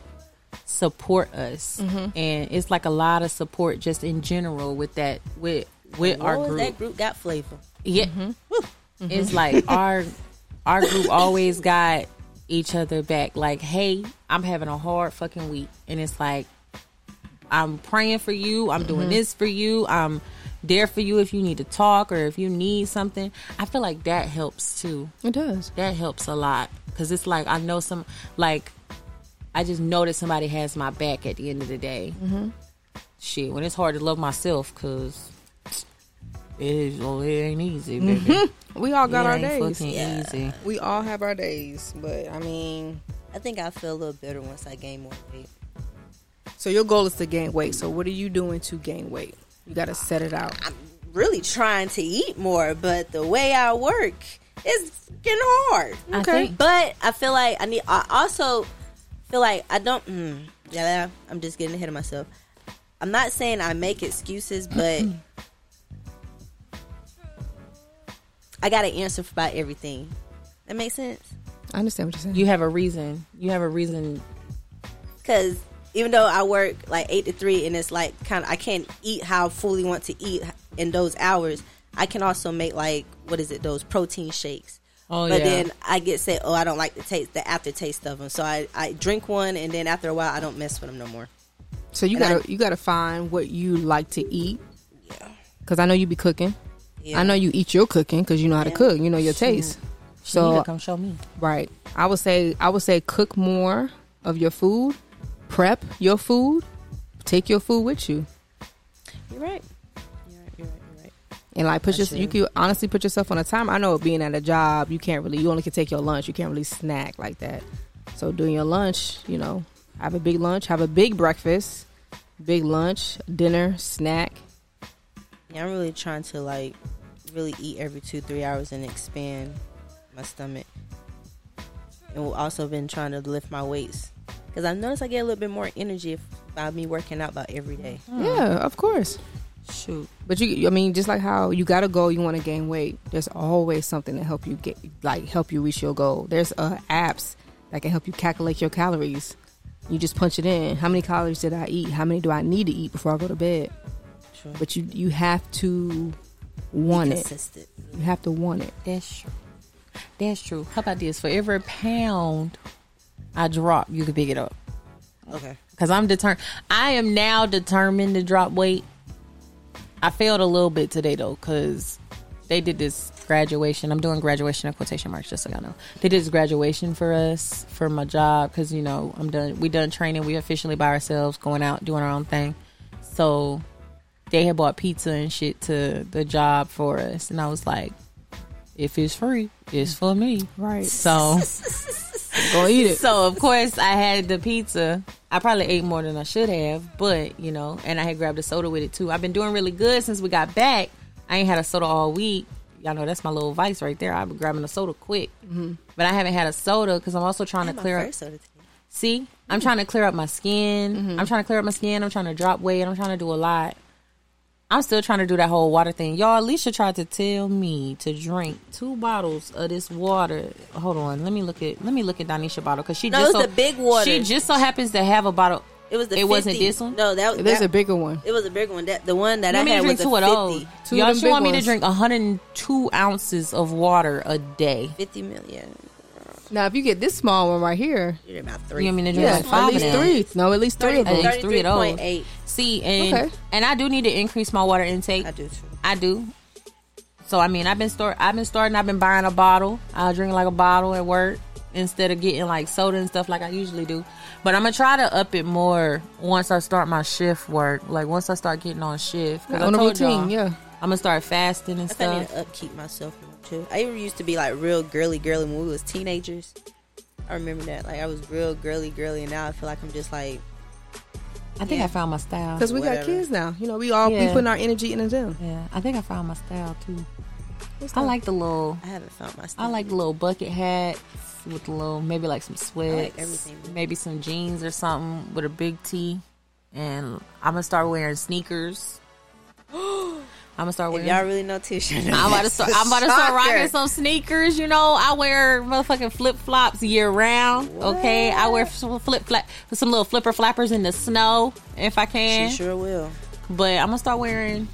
[SPEAKER 5] support us.
[SPEAKER 4] Mm-hmm.
[SPEAKER 5] And it's like a lot of support just in general with that with with our
[SPEAKER 4] Lord,
[SPEAKER 5] group.
[SPEAKER 4] that group got flavor.
[SPEAKER 5] Yeah. It's like our our group always got each other back. Like, hey, I'm having a hard fucking week. And it's like I'm praying for you. I'm doing this for you. I'm there for you if you need to talk or if you need something. I feel like that helps too
[SPEAKER 3] It does.
[SPEAKER 5] that helps a lot because it's like I know some like I just know that somebody has my back at the end of the day. Mm-hmm. Shit, when it's hard to love myself because it is, well, it ain't easy, baby.
[SPEAKER 3] We all got
[SPEAKER 5] It
[SPEAKER 3] our
[SPEAKER 5] ain't
[SPEAKER 3] days.
[SPEAKER 5] fucking easy.
[SPEAKER 3] We all have our days, but I mean,
[SPEAKER 4] I think I feel a little better once I gain more weight.
[SPEAKER 3] so your goal is to gain weight. So what are you doing to gain weight? You got to set it out.
[SPEAKER 4] I'm really trying to eat more, but the way I work is getting hard.
[SPEAKER 5] I Okay. think-
[SPEAKER 4] But I feel like I need, I also feel like I don't, mm, yeah, I'm just getting ahead of myself. I'm not saying I make excuses, but I got an answer about everything. That makes sense?
[SPEAKER 3] I understand what you're saying.
[SPEAKER 5] You have a reason. You have a reason.
[SPEAKER 4] because even though I work like eight to three, and it's like kind of I can't eat how I fully want to eat in those hours. I can also make like what is it? Those protein shakes.
[SPEAKER 5] Oh,
[SPEAKER 4] but
[SPEAKER 5] yeah.
[SPEAKER 4] then I get say, oh, I don't like the taste, the aftertaste of them. So I, I drink one, and then after a while, I don't mess with them no more.
[SPEAKER 3] so you
[SPEAKER 4] and I-
[SPEAKER 3] got to you got to find what you like to eat
[SPEAKER 4] Yeah,
[SPEAKER 3] because I know you be cooking.
[SPEAKER 4] yeah.
[SPEAKER 3] I know you eat your cooking because you know how to cook. You know your taste.
[SPEAKER 5] So, you need
[SPEAKER 3] So
[SPEAKER 5] to come show me.
[SPEAKER 3] Right. I would say I would say cook more of your food, prep your food, take your food with you,
[SPEAKER 4] You're right. You're right. You're right. You're right.
[SPEAKER 3] and like put your, you could honestly put yourself on a time. I know being at a job, you can't really you only can take your lunch. You can't really snack like that. So doing your lunch, you know, have a big lunch, have a big breakfast, Big lunch, dinner, snack.
[SPEAKER 4] Yeah, I'm really trying to like really eat every two, three hours and expand my stomach. And we've also been trying to lift my weights because I've noticed I get a little bit more energy if, by me working out about every day.
[SPEAKER 3] Yeah, of course.
[SPEAKER 4] Shoot.
[SPEAKER 3] But you, I mean, just like how you got a goal, you want to gain weight. There's always something to help you get, like, help you reach your goal. There's uh, apps that can help you calculate your calories. You just punch it in. How many calories did I eat? How many do I need to eat before I go to bed?
[SPEAKER 4] True.
[SPEAKER 3] But you, you have to want it.
[SPEAKER 4] Consistent.
[SPEAKER 3] You have to want it.
[SPEAKER 5] That's true. That's true. How about this? For every pound I drop, you can pick it up.
[SPEAKER 4] Okay.
[SPEAKER 5] Cause I'm determined. I am now determined to drop weight. I failed a little bit today though, cause they did this graduation. I'm doing graduation in quotation marks, just so y'all know. They did this graduation for us for my job, cause you know I'm done. We done training. We officially by ourselves, going out doing our own thing. So they had bought pizza and shit to the job for us, and I was like, if it's free, it's for me.
[SPEAKER 3] Right.
[SPEAKER 5] So.
[SPEAKER 3] Go eat it.
[SPEAKER 5] So of course I had the pizza. I probably ate more than I should have, but you know, and I had grabbed a soda with it too. I've been doing really good since we got back. I ain't had a soda all week. Y'all know that's my little vice right there. I've been grabbing a soda quick, but I haven't had a soda because I'm also trying to clear
[SPEAKER 4] My
[SPEAKER 5] up.
[SPEAKER 4] first soda today.
[SPEAKER 5] See, I'm trying to clear up my skin.
[SPEAKER 4] Mm-hmm.
[SPEAKER 5] I'm trying to clear up my skin. I'm trying to drop weight. I'm trying to do a lot. I'm still trying to do that whole water thing. Y'all, Alicia tried to tell me to drink two bottles of this water. Hold on, let me look at let me look at Donisha bottle because she
[SPEAKER 4] No,
[SPEAKER 5] just
[SPEAKER 4] it was
[SPEAKER 5] so,
[SPEAKER 4] the big water.
[SPEAKER 5] She just so happens to have a bottle.
[SPEAKER 4] It was the.
[SPEAKER 5] It wasn't
[SPEAKER 4] 50.
[SPEAKER 5] this one?
[SPEAKER 4] No, that was.
[SPEAKER 3] There's
[SPEAKER 4] that-
[SPEAKER 3] a bigger one.
[SPEAKER 4] It was a big one. That the one that
[SPEAKER 5] You want
[SPEAKER 4] I
[SPEAKER 5] me to
[SPEAKER 4] had
[SPEAKER 5] drink
[SPEAKER 4] was a
[SPEAKER 5] two of those.
[SPEAKER 4] 50,
[SPEAKER 3] Two of
[SPEAKER 5] Y'all,
[SPEAKER 3] them
[SPEAKER 5] she
[SPEAKER 3] big
[SPEAKER 5] want me to
[SPEAKER 3] ones.
[SPEAKER 5] drink 102 ounces of water a day.
[SPEAKER 4] 50 million.
[SPEAKER 3] Now, if you get this small one right here,
[SPEAKER 4] You're about
[SPEAKER 5] You
[SPEAKER 4] three.
[SPEAKER 5] want me to drink
[SPEAKER 3] yeah,
[SPEAKER 5] like
[SPEAKER 3] at
[SPEAKER 5] five of
[SPEAKER 3] least
[SPEAKER 5] them?
[SPEAKER 3] three. No, at least three of
[SPEAKER 5] At
[SPEAKER 3] them.
[SPEAKER 5] least three of those.
[SPEAKER 4] 33.8.
[SPEAKER 5] See, and
[SPEAKER 3] Okay.
[SPEAKER 5] and I do need to increase my water intake.
[SPEAKER 4] I do too.
[SPEAKER 5] I do. So I mean, I've been store. I've been starting. I've been buying a bottle. I drink like a bottle at work instead of getting like soda and stuff like I usually do. But I'm gonna try to up it more once I start my shift work. Like once I start getting on shift. 'Cause I
[SPEAKER 3] On a
[SPEAKER 5] told
[SPEAKER 3] routine,
[SPEAKER 5] y'all,
[SPEAKER 3] yeah.
[SPEAKER 5] I'm gonna start fasting and
[SPEAKER 4] I think I need
[SPEAKER 5] stuff.
[SPEAKER 4] to upkeep myself more too. I even used to be like real girly girly when we was teenagers. I remember that. Like I was real girly girly, and now I feel like I'm just like
[SPEAKER 5] I think I found my style.
[SPEAKER 3] Because we got
[SPEAKER 4] Whatever.
[SPEAKER 3] kids now. You know, we all we
[SPEAKER 5] Yeah.
[SPEAKER 3] putting our energy in the gym.
[SPEAKER 5] Yeah, I think I found my style too.
[SPEAKER 3] What's
[SPEAKER 5] I
[SPEAKER 3] that?
[SPEAKER 5] like the little.
[SPEAKER 4] I haven't found my. Style.
[SPEAKER 5] I like the little bucket hats with a little maybe like some sweats,
[SPEAKER 4] everything.
[SPEAKER 5] maybe some jeans or something with a big T, and I'm gonna start wearing sneakers. I'm gonna start
[SPEAKER 4] If
[SPEAKER 5] wearing.
[SPEAKER 4] y'all really know Tisha,
[SPEAKER 5] I'm about to
[SPEAKER 4] that's
[SPEAKER 5] start.
[SPEAKER 4] a
[SPEAKER 5] I'm about to start
[SPEAKER 4] shocker.
[SPEAKER 5] rocking some sneakers. You know, I wear motherfucking flip flops year round. Okay, I wear some flip flap, some little flipper flappers in the snow if I
[SPEAKER 4] She
[SPEAKER 5] can.
[SPEAKER 4] sure will.
[SPEAKER 5] But I'm gonna start wearing.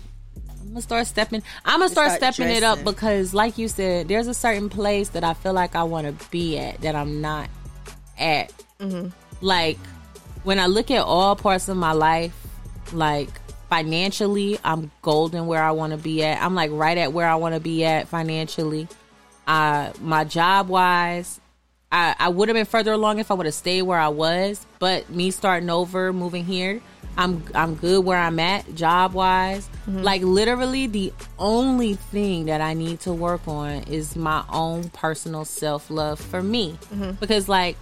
[SPEAKER 5] I'm gonna start stepping. I'm gonna start,
[SPEAKER 4] start
[SPEAKER 5] stepping it up
[SPEAKER 4] dressing.
[SPEAKER 5] because, like you said, there's a certain place that I feel like I want to be at that I'm not at.
[SPEAKER 4] Mm-hmm.
[SPEAKER 5] Like when I look at all parts of my life, like financially, I'm golden where I want to be at. I'm like right at where I want to be at financially. Uh, my job wise, I, I would have been further along if I would have stayed where I was, but me starting over, moving here, I'm I'm good where I'm at, job wise. Like literally, the only thing that I need to work on is my own personal self love for me, because like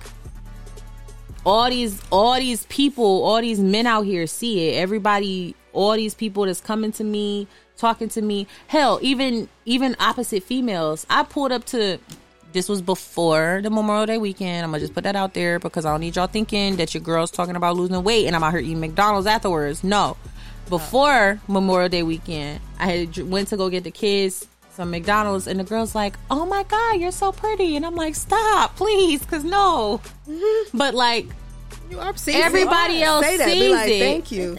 [SPEAKER 5] all these all these people, all these men out here see it. Everybody, all these people that's coming to me, talking to me. Hell, even even opposite females. I pulled up to this was before the Memorial Day weekend. I'm gonna just put that out there because I don't need y'all thinking that your girl's talking about losing weight and I'm out here eating McDonald's afterwards. No. Before Memorial Day weekend, I had dr- went to go get the kids some McDonald's and the girl's like, "Oh my god, you're so pretty." And I'm like, "Stop, please, cuz no." But like
[SPEAKER 3] You are seeing
[SPEAKER 5] Everybody else
[SPEAKER 3] Say that. Be
[SPEAKER 5] sees
[SPEAKER 3] like,
[SPEAKER 5] it.
[SPEAKER 3] Thank you.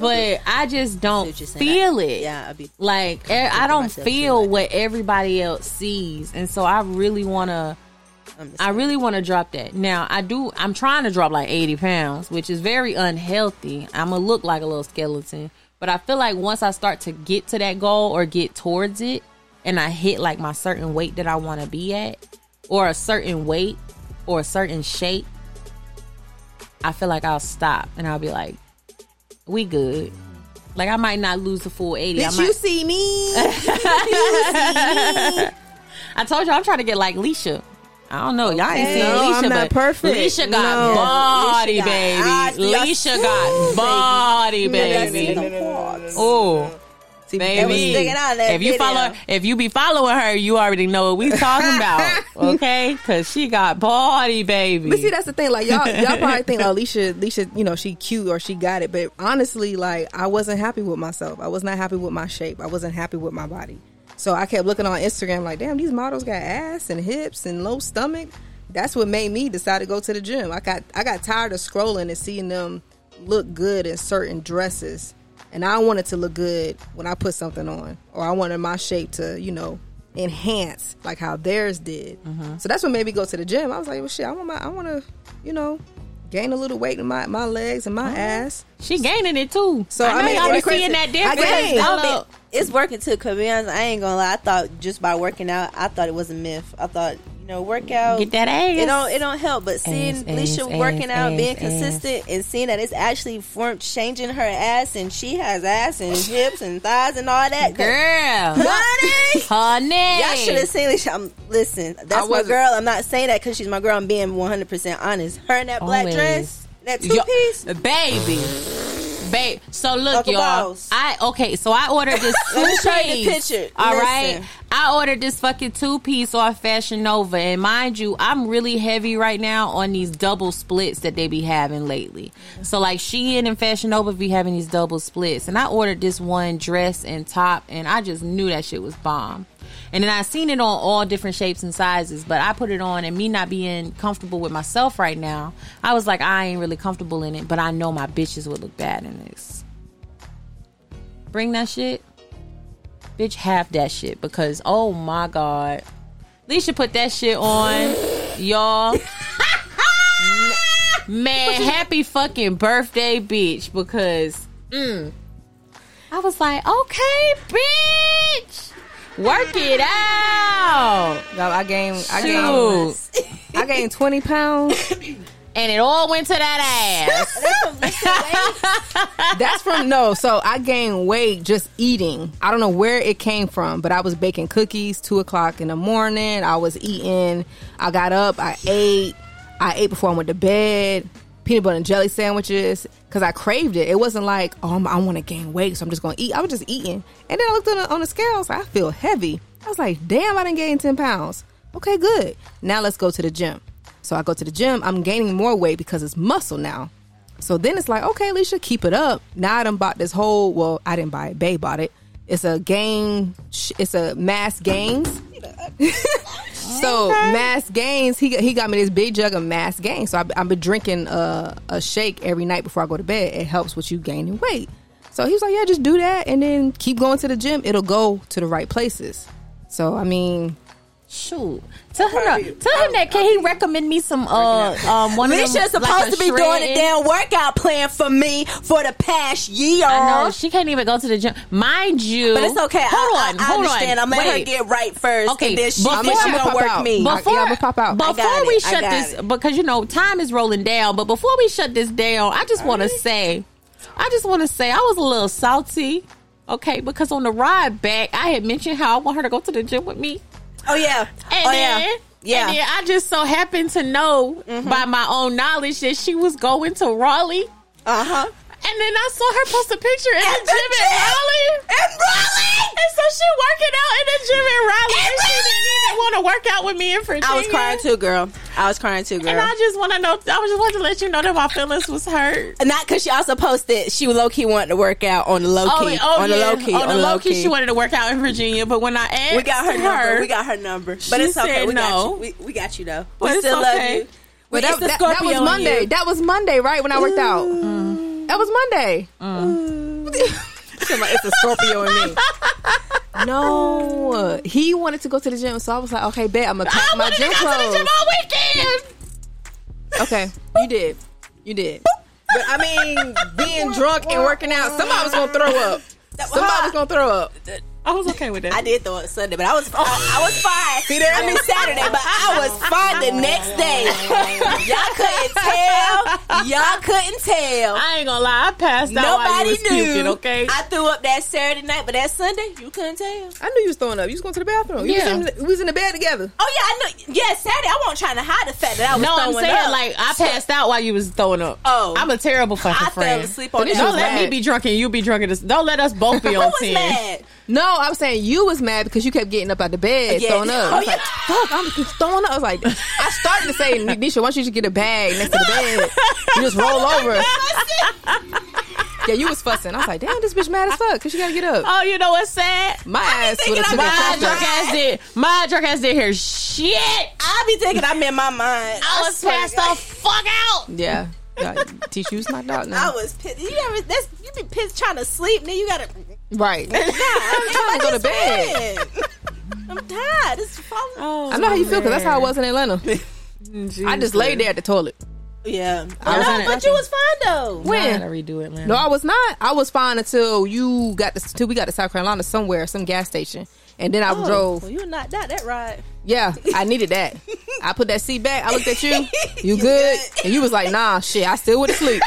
[SPEAKER 5] but I just
[SPEAKER 4] See
[SPEAKER 5] don't
[SPEAKER 4] what you're saying.
[SPEAKER 5] feel
[SPEAKER 4] I-
[SPEAKER 5] it.
[SPEAKER 4] Yeah, I'd be.
[SPEAKER 5] Like eh, I
[SPEAKER 4] for
[SPEAKER 5] don't
[SPEAKER 4] myself too,
[SPEAKER 5] feel
[SPEAKER 4] like-
[SPEAKER 5] what everybody else sees, and so I really want to.
[SPEAKER 4] I'm the
[SPEAKER 5] I
[SPEAKER 4] same.
[SPEAKER 5] really want to drop that. Now I do. I'm trying to drop like 80 pounds, which is very unhealthy. I'm gonna look like a little skeleton, but I feel like once I start to get to that goal or get towards it, and I hit like my certain weight that I want to be at, or a certain weight, or a certain shape, I feel like I'll stop and I'll be like, "We good." Like I might not lose the full 80. I
[SPEAKER 3] Did
[SPEAKER 5] might,
[SPEAKER 3] you see me?
[SPEAKER 5] I told you I'm trying to get like Leisha. I don't know. Y'all ain't seen
[SPEAKER 3] No,
[SPEAKER 5] Leisha,
[SPEAKER 3] I'm not
[SPEAKER 5] but
[SPEAKER 3] perfect.
[SPEAKER 5] Leisha
[SPEAKER 3] No.
[SPEAKER 5] got body,
[SPEAKER 4] Leisha got eyes.
[SPEAKER 5] baby. Leisha got body,
[SPEAKER 4] seen
[SPEAKER 5] baby.
[SPEAKER 4] them parts.
[SPEAKER 5] Oh,
[SPEAKER 4] That was
[SPEAKER 5] baby.
[SPEAKER 4] sticking out of that
[SPEAKER 5] If you
[SPEAKER 4] video.
[SPEAKER 5] follow, if you be following her, you already know what we talking about, okay? Because she got body, baby.
[SPEAKER 3] But see, that's the thing. Like y'all, y'all probably think, oh, Alicia, Alicia, you know, she cute or she got it. But honestly, like I wasn't happy with myself. I was not happy with my shape. I wasn't happy with my body. So I kept looking on Instagram, like, damn, these models got ass and hips and low stomach. That's what made me decide to go to the gym. I got I got tired of scrolling and seeing them look good in certain dresses, and I wanted to look good when I put something on, or I wanted my shape to, you know, enhance like how theirs did. So that's what made me go to the gym. I was like, well, shit, I want my, I want to, you know, gain a little weight in my, my legs and my ass.
[SPEAKER 5] she gaining it too.
[SPEAKER 3] So,
[SPEAKER 5] So I know
[SPEAKER 3] I mean,
[SPEAKER 5] y'all be
[SPEAKER 3] it's crazy.
[SPEAKER 5] seeing that
[SPEAKER 3] I
[SPEAKER 5] difference.
[SPEAKER 3] gained.
[SPEAKER 5] Oh, Hello.
[SPEAKER 4] I mean, it's working too. Cause be honest, I ain't gonna lie. I thought just by working out, I thought it was a myth. I thought you know workout.
[SPEAKER 5] Get that ass.
[SPEAKER 4] It don't it don't help, but seeing
[SPEAKER 5] Ass,
[SPEAKER 4] Leisha
[SPEAKER 5] ass,
[SPEAKER 4] working out,
[SPEAKER 5] ass, ass.
[SPEAKER 4] being consistent, and seeing that it's actually form changing her ass, and she has ass and hips and thighs and all that.
[SPEAKER 5] Girl,
[SPEAKER 4] Honey,
[SPEAKER 5] honey,
[SPEAKER 4] Y'all should have seen Leisha. I'm, listen, that's my
[SPEAKER 3] wasn't-
[SPEAKER 4] girl. I'm not saying that because she's my girl. I'm being 100 percent honest. Her in that black
[SPEAKER 5] Always.
[SPEAKER 4] dress, that two
[SPEAKER 5] Yo-
[SPEAKER 4] piece.
[SPEAKER 5] baby. Babe, so look,
[SPEAKER 4] Uncle
[SPEAKER 5] y'all.
[SPEAKER 4] Boss.
[SPEAKER 5] I okay, so I ordered this
[SPEAKER 4] Let me
[SPEAKER 5] two
[SPEAKER 4] show you the
[SPEAKER 5] piece.
[SPEAKER 4] picture.
[SPEAKER 5] All right,
[SPEAKER 4] Listen.
[SPEAKER 5] I ordered this fucking two piece off Fashion Nova, and mind you, I'm really heavy right now on these double splits that they be having lately. So like Shein and Fashion Nova be having these double splits, and I ordered this one dress and top, and I just knew that shit was bomb. And then I seen it on all different shapes and sizes, but I put it on, and me not being comfortable with myself right now, I was like, I ain't really comfortable in it, but I know my bitches would look bad in this bring that shit, bitch, have that shit because oh my god, Leisha put that shit on, y'all. M- Man, happy fucking birthday, bitch, because mm, I was like, okay, bitch, work it out.
[SPEAKER 3] Y'all, I gained, I gained,
[SPEAKER 5] Shoot.
[SPEAKER 3] I gained 20 pounds.
[SPEAKER 5] And it all went to that ass.
[SPEAKER 3] That's from, no, so I gained weight just eating. I don't know where it came from, but I was baking cookies two o'clock in the morning. I was eating. I got up, I ate. I ate before I went to bed. Peanut butter and jelly sandwiches because I craved it. It wasn't like, oh, I'm, I want to gain weight, so I'm just going to eat. I was just eating. And then I looked on the, on the scales, I feel heavy. I was like, damn, I didn't gain 10 pounds. Okay, good. Now let's go to the gym. So I go to the gym, I'm gaining more weight because it's muscle now. So then it's like, okay, Alicia, keep it up. Now I done bought this whole, well, I didn't buy it, Bay bought it. It's a gain, sh- it's a mass gains. So mass gains, he he got me this big jug of mass gains. So I, I've been drinking a, a shake every night before I go to bed. It helps with you gaining weight. So he was like, yeah, just do that, and then keep going to the gym. It'll go to the right places. So I mean,
[SPEAKER 5] Shoot, tell him, that- tell him that. Can he recommend me some uh um one of them,
[SPEAKER 4] Leisha's supposed
[SPEAKER 5] like a
[SPEAKER 4] to be doing a
[SPEAKER 5] shredded-
[SPEAKER 4] damn workout plan for me for the past year.
[SPEAKER 5] I know Oh, she can't even go to the gym, mind you.
[SPEAKER 4] But it's okay.
[SPEAKER 5] Hold
[SPEAKER 4] I,
[SPEAKER 5] on,
[SPEAKER 4] I, I
[SPEAKER 5] hold
[SPEAKER 4] understand.
[SPEAKER 5] on.
[SPEAKER 4] I'm letting her
[SPEAKER 5] Wait.
[SPEAKER 4] get right first.
[SPEAKER 5] Okay,
[SPEAKER 4] and then she,
[SPEAKER 5] before-
[SPEAKER 4] then she
[SPEAKER 5] I'ma
[SPEAKER 4] gonna
[SPEAKER 3] pop
[SPEAKER 4] work
[SPEAKER 3] out.
[SPEAKER 4] me.
[SPEAKER 3] But-
[SPEAKER 5] Before
[SPEAKER 3] Yeah, I'ma pop out. I
[SPEAKER 5] Before
[SPEAKER 4] got
[SPEAKER 5] we
[SPEAKER 4] it. I
[SPEAKER 5] shut
[SPEAKER 4] got
[SPEAKER 5] this,
[SPEAKER 4] it.
[SPEAKER 5] because you know time is rolling down. But before we shut this down, I just want to say, I just want to say, I was a little salty. Okay, because on the ride back, I had mentioned how I want her to go to the gym with me.
[SPEAKER 4] oh yeah.
[SPEAKER 5] And
[SPEAKER 4] oh
[SPEAKER 5] then,
[SPEAKER 4] yeah. Yeah. Mm-hmm.
[SPEAKER 5] And then I just so happened to know by my own knowledge that she was going to Raleigh.
[SPEAKER 4] uh huh.
[SPEAKER 5] And then I saw her post a picture in the
[SPEAKER 4] At the
[SPEAKER 5] gym in
[SPEAKER 4] gym!
[SPEAKER 5] Raleigh.
[SPEAKER 4] In Raleigh!
[SPEAKER 5] And so she working out in the gym in Raleigh.
[SPEAKER 4] In
[SPEAKER 5] and she didn't
[SPEAKER 4] Raleigh!
[SPEAKER 5] even want to work out with me in Virginia.
[SPEAKER 4] I was crying too, girl. I was crying too, girl.
[SPEAKER 5] And I just want to know. I just wanted to let you know that my feelings was hurt.
[SPEAKER 4] Not because she also posted she low key wanted to work out on the low
[SPEAKER 5] Oh,
[SPEAKER 4] key, on the low key,
[SPEAKER 5] on the low key. She wanted to work out in Virginia, but when I asked
[SPEAKER 4] we got her, number. We got her number. But it's okay.
[SPEAKER 5] said
[SPEAKER 4] We got
[SPEAKER 5] no.
[SPEAKER 4] you. We, we got you though.
[SPEAKER 5] But
[SPEAKER 4] we
[SPEAKER 5] it's
[SPEAKER 4] still
[SPEAKER 5] okay.
[SPEAKER 4] love you.
[SPEAKER 5] But
[SPEAKER 4] We,
[SPEAKER 5] that-
[SPEAKER 4] it's the
[SPEAKER 5] that-
[SPEAKER 3] that was
[SPEAKER 4] Scorpio in
[SPEAKER 3] Monday.
[SPEAKER 4] you.
[SPEAKER 3] That was Monday, right when I worked out. That was Monday. Mm. it's a Scorpio in me. No, he wanted to go to the gym, so I was like, okay, bet I'm gonna pack
[SPEAKER 5] I
[SPEAKER 3] my
[SPEAKER 5] wanted to
[SPEAKER 3] gym
[SPEAKER 5] go to the
[SPEAKER 3] clothes.
[SPEAKER 5] gym all weekend.
[SPEAKER 3] Okay, you did. You did. But I mean, being drunk and working out, somebody was gonna throw up. Somebody was gonna throw up.
[SPEAKER 5] I was okay with that.
[SPEAKER 4] I did throw it Sunday, but I was I, I was fine. I mean Saturday, but I was fine the next day. Y'all couldn't tell. Y'all couldn't tell.
[SPEAKER 5] I ain't gonna lie, I passed out. while you
[SPEAKER 4] Nobody
[SPEAKER 5] was
[SPEAKER 4] knew.
[SPEAKER 5] puking, okay,
[SPEAKER 4] I threw up that Saturday night, but that Sunday you couldn't tell.
[SPEAKER 3] I knew you was throwing up. You was going to the bathroom. You
[SPEAKER 5] Yeah.
[SPEAKER 3] was in the, we was in the bed together.
[SPEAKER 4] Oh yeah, I know. Yeah, Saturday I wasn't trying to hide the fact that I was
[SPEAKER 5] no, I'm
[SPEAKER 4] throwing
[SPEAKER 5] saying
[SPEAKER 4] up.
[SPEAKER 5] like I passed out while you was throwing up.
[SPEAKER 4] Oh.
[SPEAKER 5] I'm a terrible fucking
[SPEAKER 4] I fell
[SPEAKER 5] friend.
[SPEAKER 4] asleep on that.
[SPEAKER 5] Don't
[SPEAKER 4] She
[SPEAKER 5] let
[SPEAKER 4] was
[SPEAKER 5] me
[SPEAKER 3] mad.
[SPEAKER 5] be drunk and you be drunk. And this. Don't let us both be
[SPEAKER 4] who
[SPEAKER 5] on
[SPEAKER 4] was
[SPEAKER 5] ten.
[SPEAKER 4] mad?
[SPEAKER 3] No, I was saying you was mad because you kept getting up out the bed,
[SPEAKER 4] Yeah.
[SPEAKER 3] throwing up. I was
[SPEAKER 4] Oh,
[SPEAKER 3] like, fuck, I'm just throwing up. I was like, I started to say, Nisha, why don't you just get a bag next to the bed? You just roll over. yeah, you was fussing. I was like, damn, this bitch mad as fuck because she got to get up.
[SPEAKER 5] Oh, you know what's sad?
[SPEAKER 3] My ass would have took
[SPEAKER 5] My
[SPEAKER 3] that
[SPEAKER 5] drunk
[SPEAKER 3] first
[SPEAKER 5] ass did. My drunk ass did hear shit.
[SPEAKER 4] I be thinking I'm in my mind.
[SPEAKER 5] I was
[SPEAKER 4] swear to
[SPEAKER 5] passed
[SPEAKER 4] God.
[SPEAKER 5] the fuck out.
[SPEAKER 3] one. Yeah. yeah. Tissue's knocked out
[SPEAKER 4] I
[SPEAKER 3] now.
[SPEAKER 4] was pissed. You ever that's you be pissed trying to sleep, then you gotta
[SPEAKER 3] Right.
[SPEAKER 4] Nah, I'm
[SPEAKER 3] trying to go to
[SPEAKER 4] bed. Oh, I'm tired. It's falling.
[SPEAKER 3] I know how you feel because that's how I was in Atlanta. I just laid there at the toilet.
[SPEAKER 4] Yeah.
[SPEAKER 5] I was
[SPEAKER 4] no,
[SPEAKER 5] on it.
[SPEAKER 4] but you was fine though.
[SPEAKER 3] When?
[SPEAKER 5] I redo it, man.
[SPEAKER 3] No, I was not. I was fine until you got to, till we got to South Carolina somewhere, some gas station, and then I
[SPEAKER 4] Oh,
[SPEAKER 3] drove.
[SPEAKER 4] Well, you knocked out that ride.
[SPEAKER 3] Yeah, I needed that. I put that seat back. I looked at you. You good? And you was like, Nah, shit. I still would have sleep.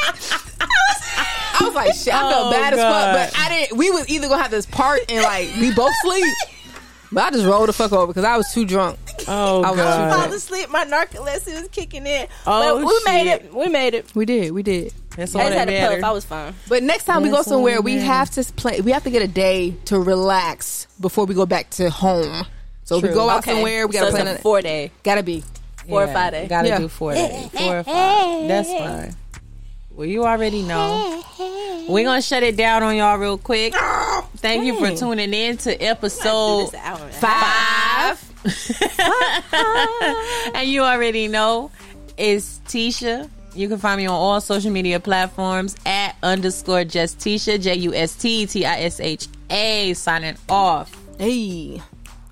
[SPEAKER 3] I was like, Shit. I felt
[SPEAKER 5] Oh,
[SPEAKER 3] bad
[SPEAKER 5] God.
[SPEAKER 3] as fuck. But I didn't. We was either gonna have this part and like we both sleep. But I just rolled the fuck over because I was too drunk.
[SPEAKER 5] oh
[SPEAKER 3] I was
[SPEAKER 4] I
[SPEAKER 5] god,
[SPEAKER 4] fell asleep. My narcolepsy was kicking in.
[SPEAKER 5] Oh,
[SPEAKER 4] but we made
[SPEAKER 5] shit.
[SPEAKER 4] it. We made it.
[SPEAKER 3] We did. We did.
[SPEAKER 5] that's
[SPEAKER 4] I
[SPEAKER 5] all
[SPEAKER 4] just
[SPEAKER 5] that
[SPEAKER 4] had a
[SPEAKER 5] mattered.
[SPEAKER 4] puff. I was fine.
[SPEAKER 3] But next time we go
[SPEAKER 5] That's all
[SPEAKER 3] somewhere, we
[SPEAKER 5] matters.
[SPEAKER 3] have to play. We have to get a day to relax before we go back to home. So if we
[SPEAKER 5] True.
[SPEAKER 3] go out
[SPEAKER 4] Okay.
[SPEAKER 3] somewhere. We gotta
[SPEAKER 4] so
[SPEAKER 3] plan.
[SPEAKER 4] it's a
[SPEAKER 3] it.
[SPEAKER 4] four day,
[SPEAKER 3] gotta be.
[SPEAKER 4] four
[SPEAKER 5] Yeah,
[SPEAKER 4] or five day.
[SPEAKER 5] Gotta
[SPEAKER 3] Yeah.
[SPEAKER 5] do four days. Four or five. That's fine. Well, you already know. We're gonna shut it down on y'all real quick. Thank you for tuning in to episode
[SPEAKER 4] It's an hour and a half.
[SPEAKER 5] five. and you already know it's Tisha. You can find me on all social media platforms at underscore just Tisha, J U S T T I S H A, signing off.
[SPEAKER 3] Hey,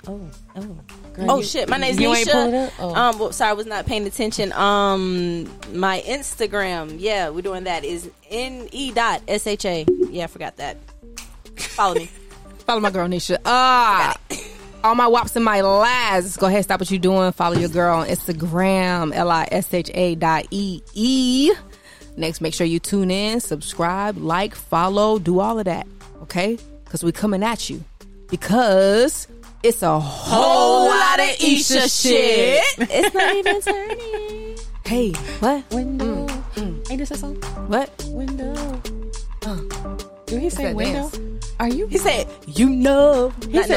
[SPEAKER 5] Oh, oh.
[SPEAKER 4] Oh shit, my name's
[SPEAKER 5] you ain't pull it
[SPEAKER 4] Nisha.
[SPEAKER 5] up? Oh.
[SPEAKER 4] Um, well, sorry, I was not paying attention. Um, my Instagram, yeah, we're doing that is n e dot s h a. Yeah, I forgot that. Follow me.
[SPEAKER 3] follow my girl Nisha. Ah, all my wops and my lies. Go ahead, stop what you doing. Follow your girl on Instagram. L i s h a dot e e. Next, make sure you tune in, subscribe, like, follow, do all of that. Okay, because we coming at you because it's a whole lot of Isha shit.
[SPEAKER 4] it's not even turning.
[SPEAKER 3] Hey, what? Mm,
[SPEAKER 5] Window. Ain't this a song?
[SPEAKER 3] What?
[SPEAKER 5] Window. Do he say
[SPEAKER 3] that
[SPEAKER 5] window?
[SPEAKER 3] dance.
[SPEAKER 5] Are you?
[SPEAKER 4] He said,
[SPEAKER 3] You know.
[SPEAKER 5] He
[SPEAKER 4] Not no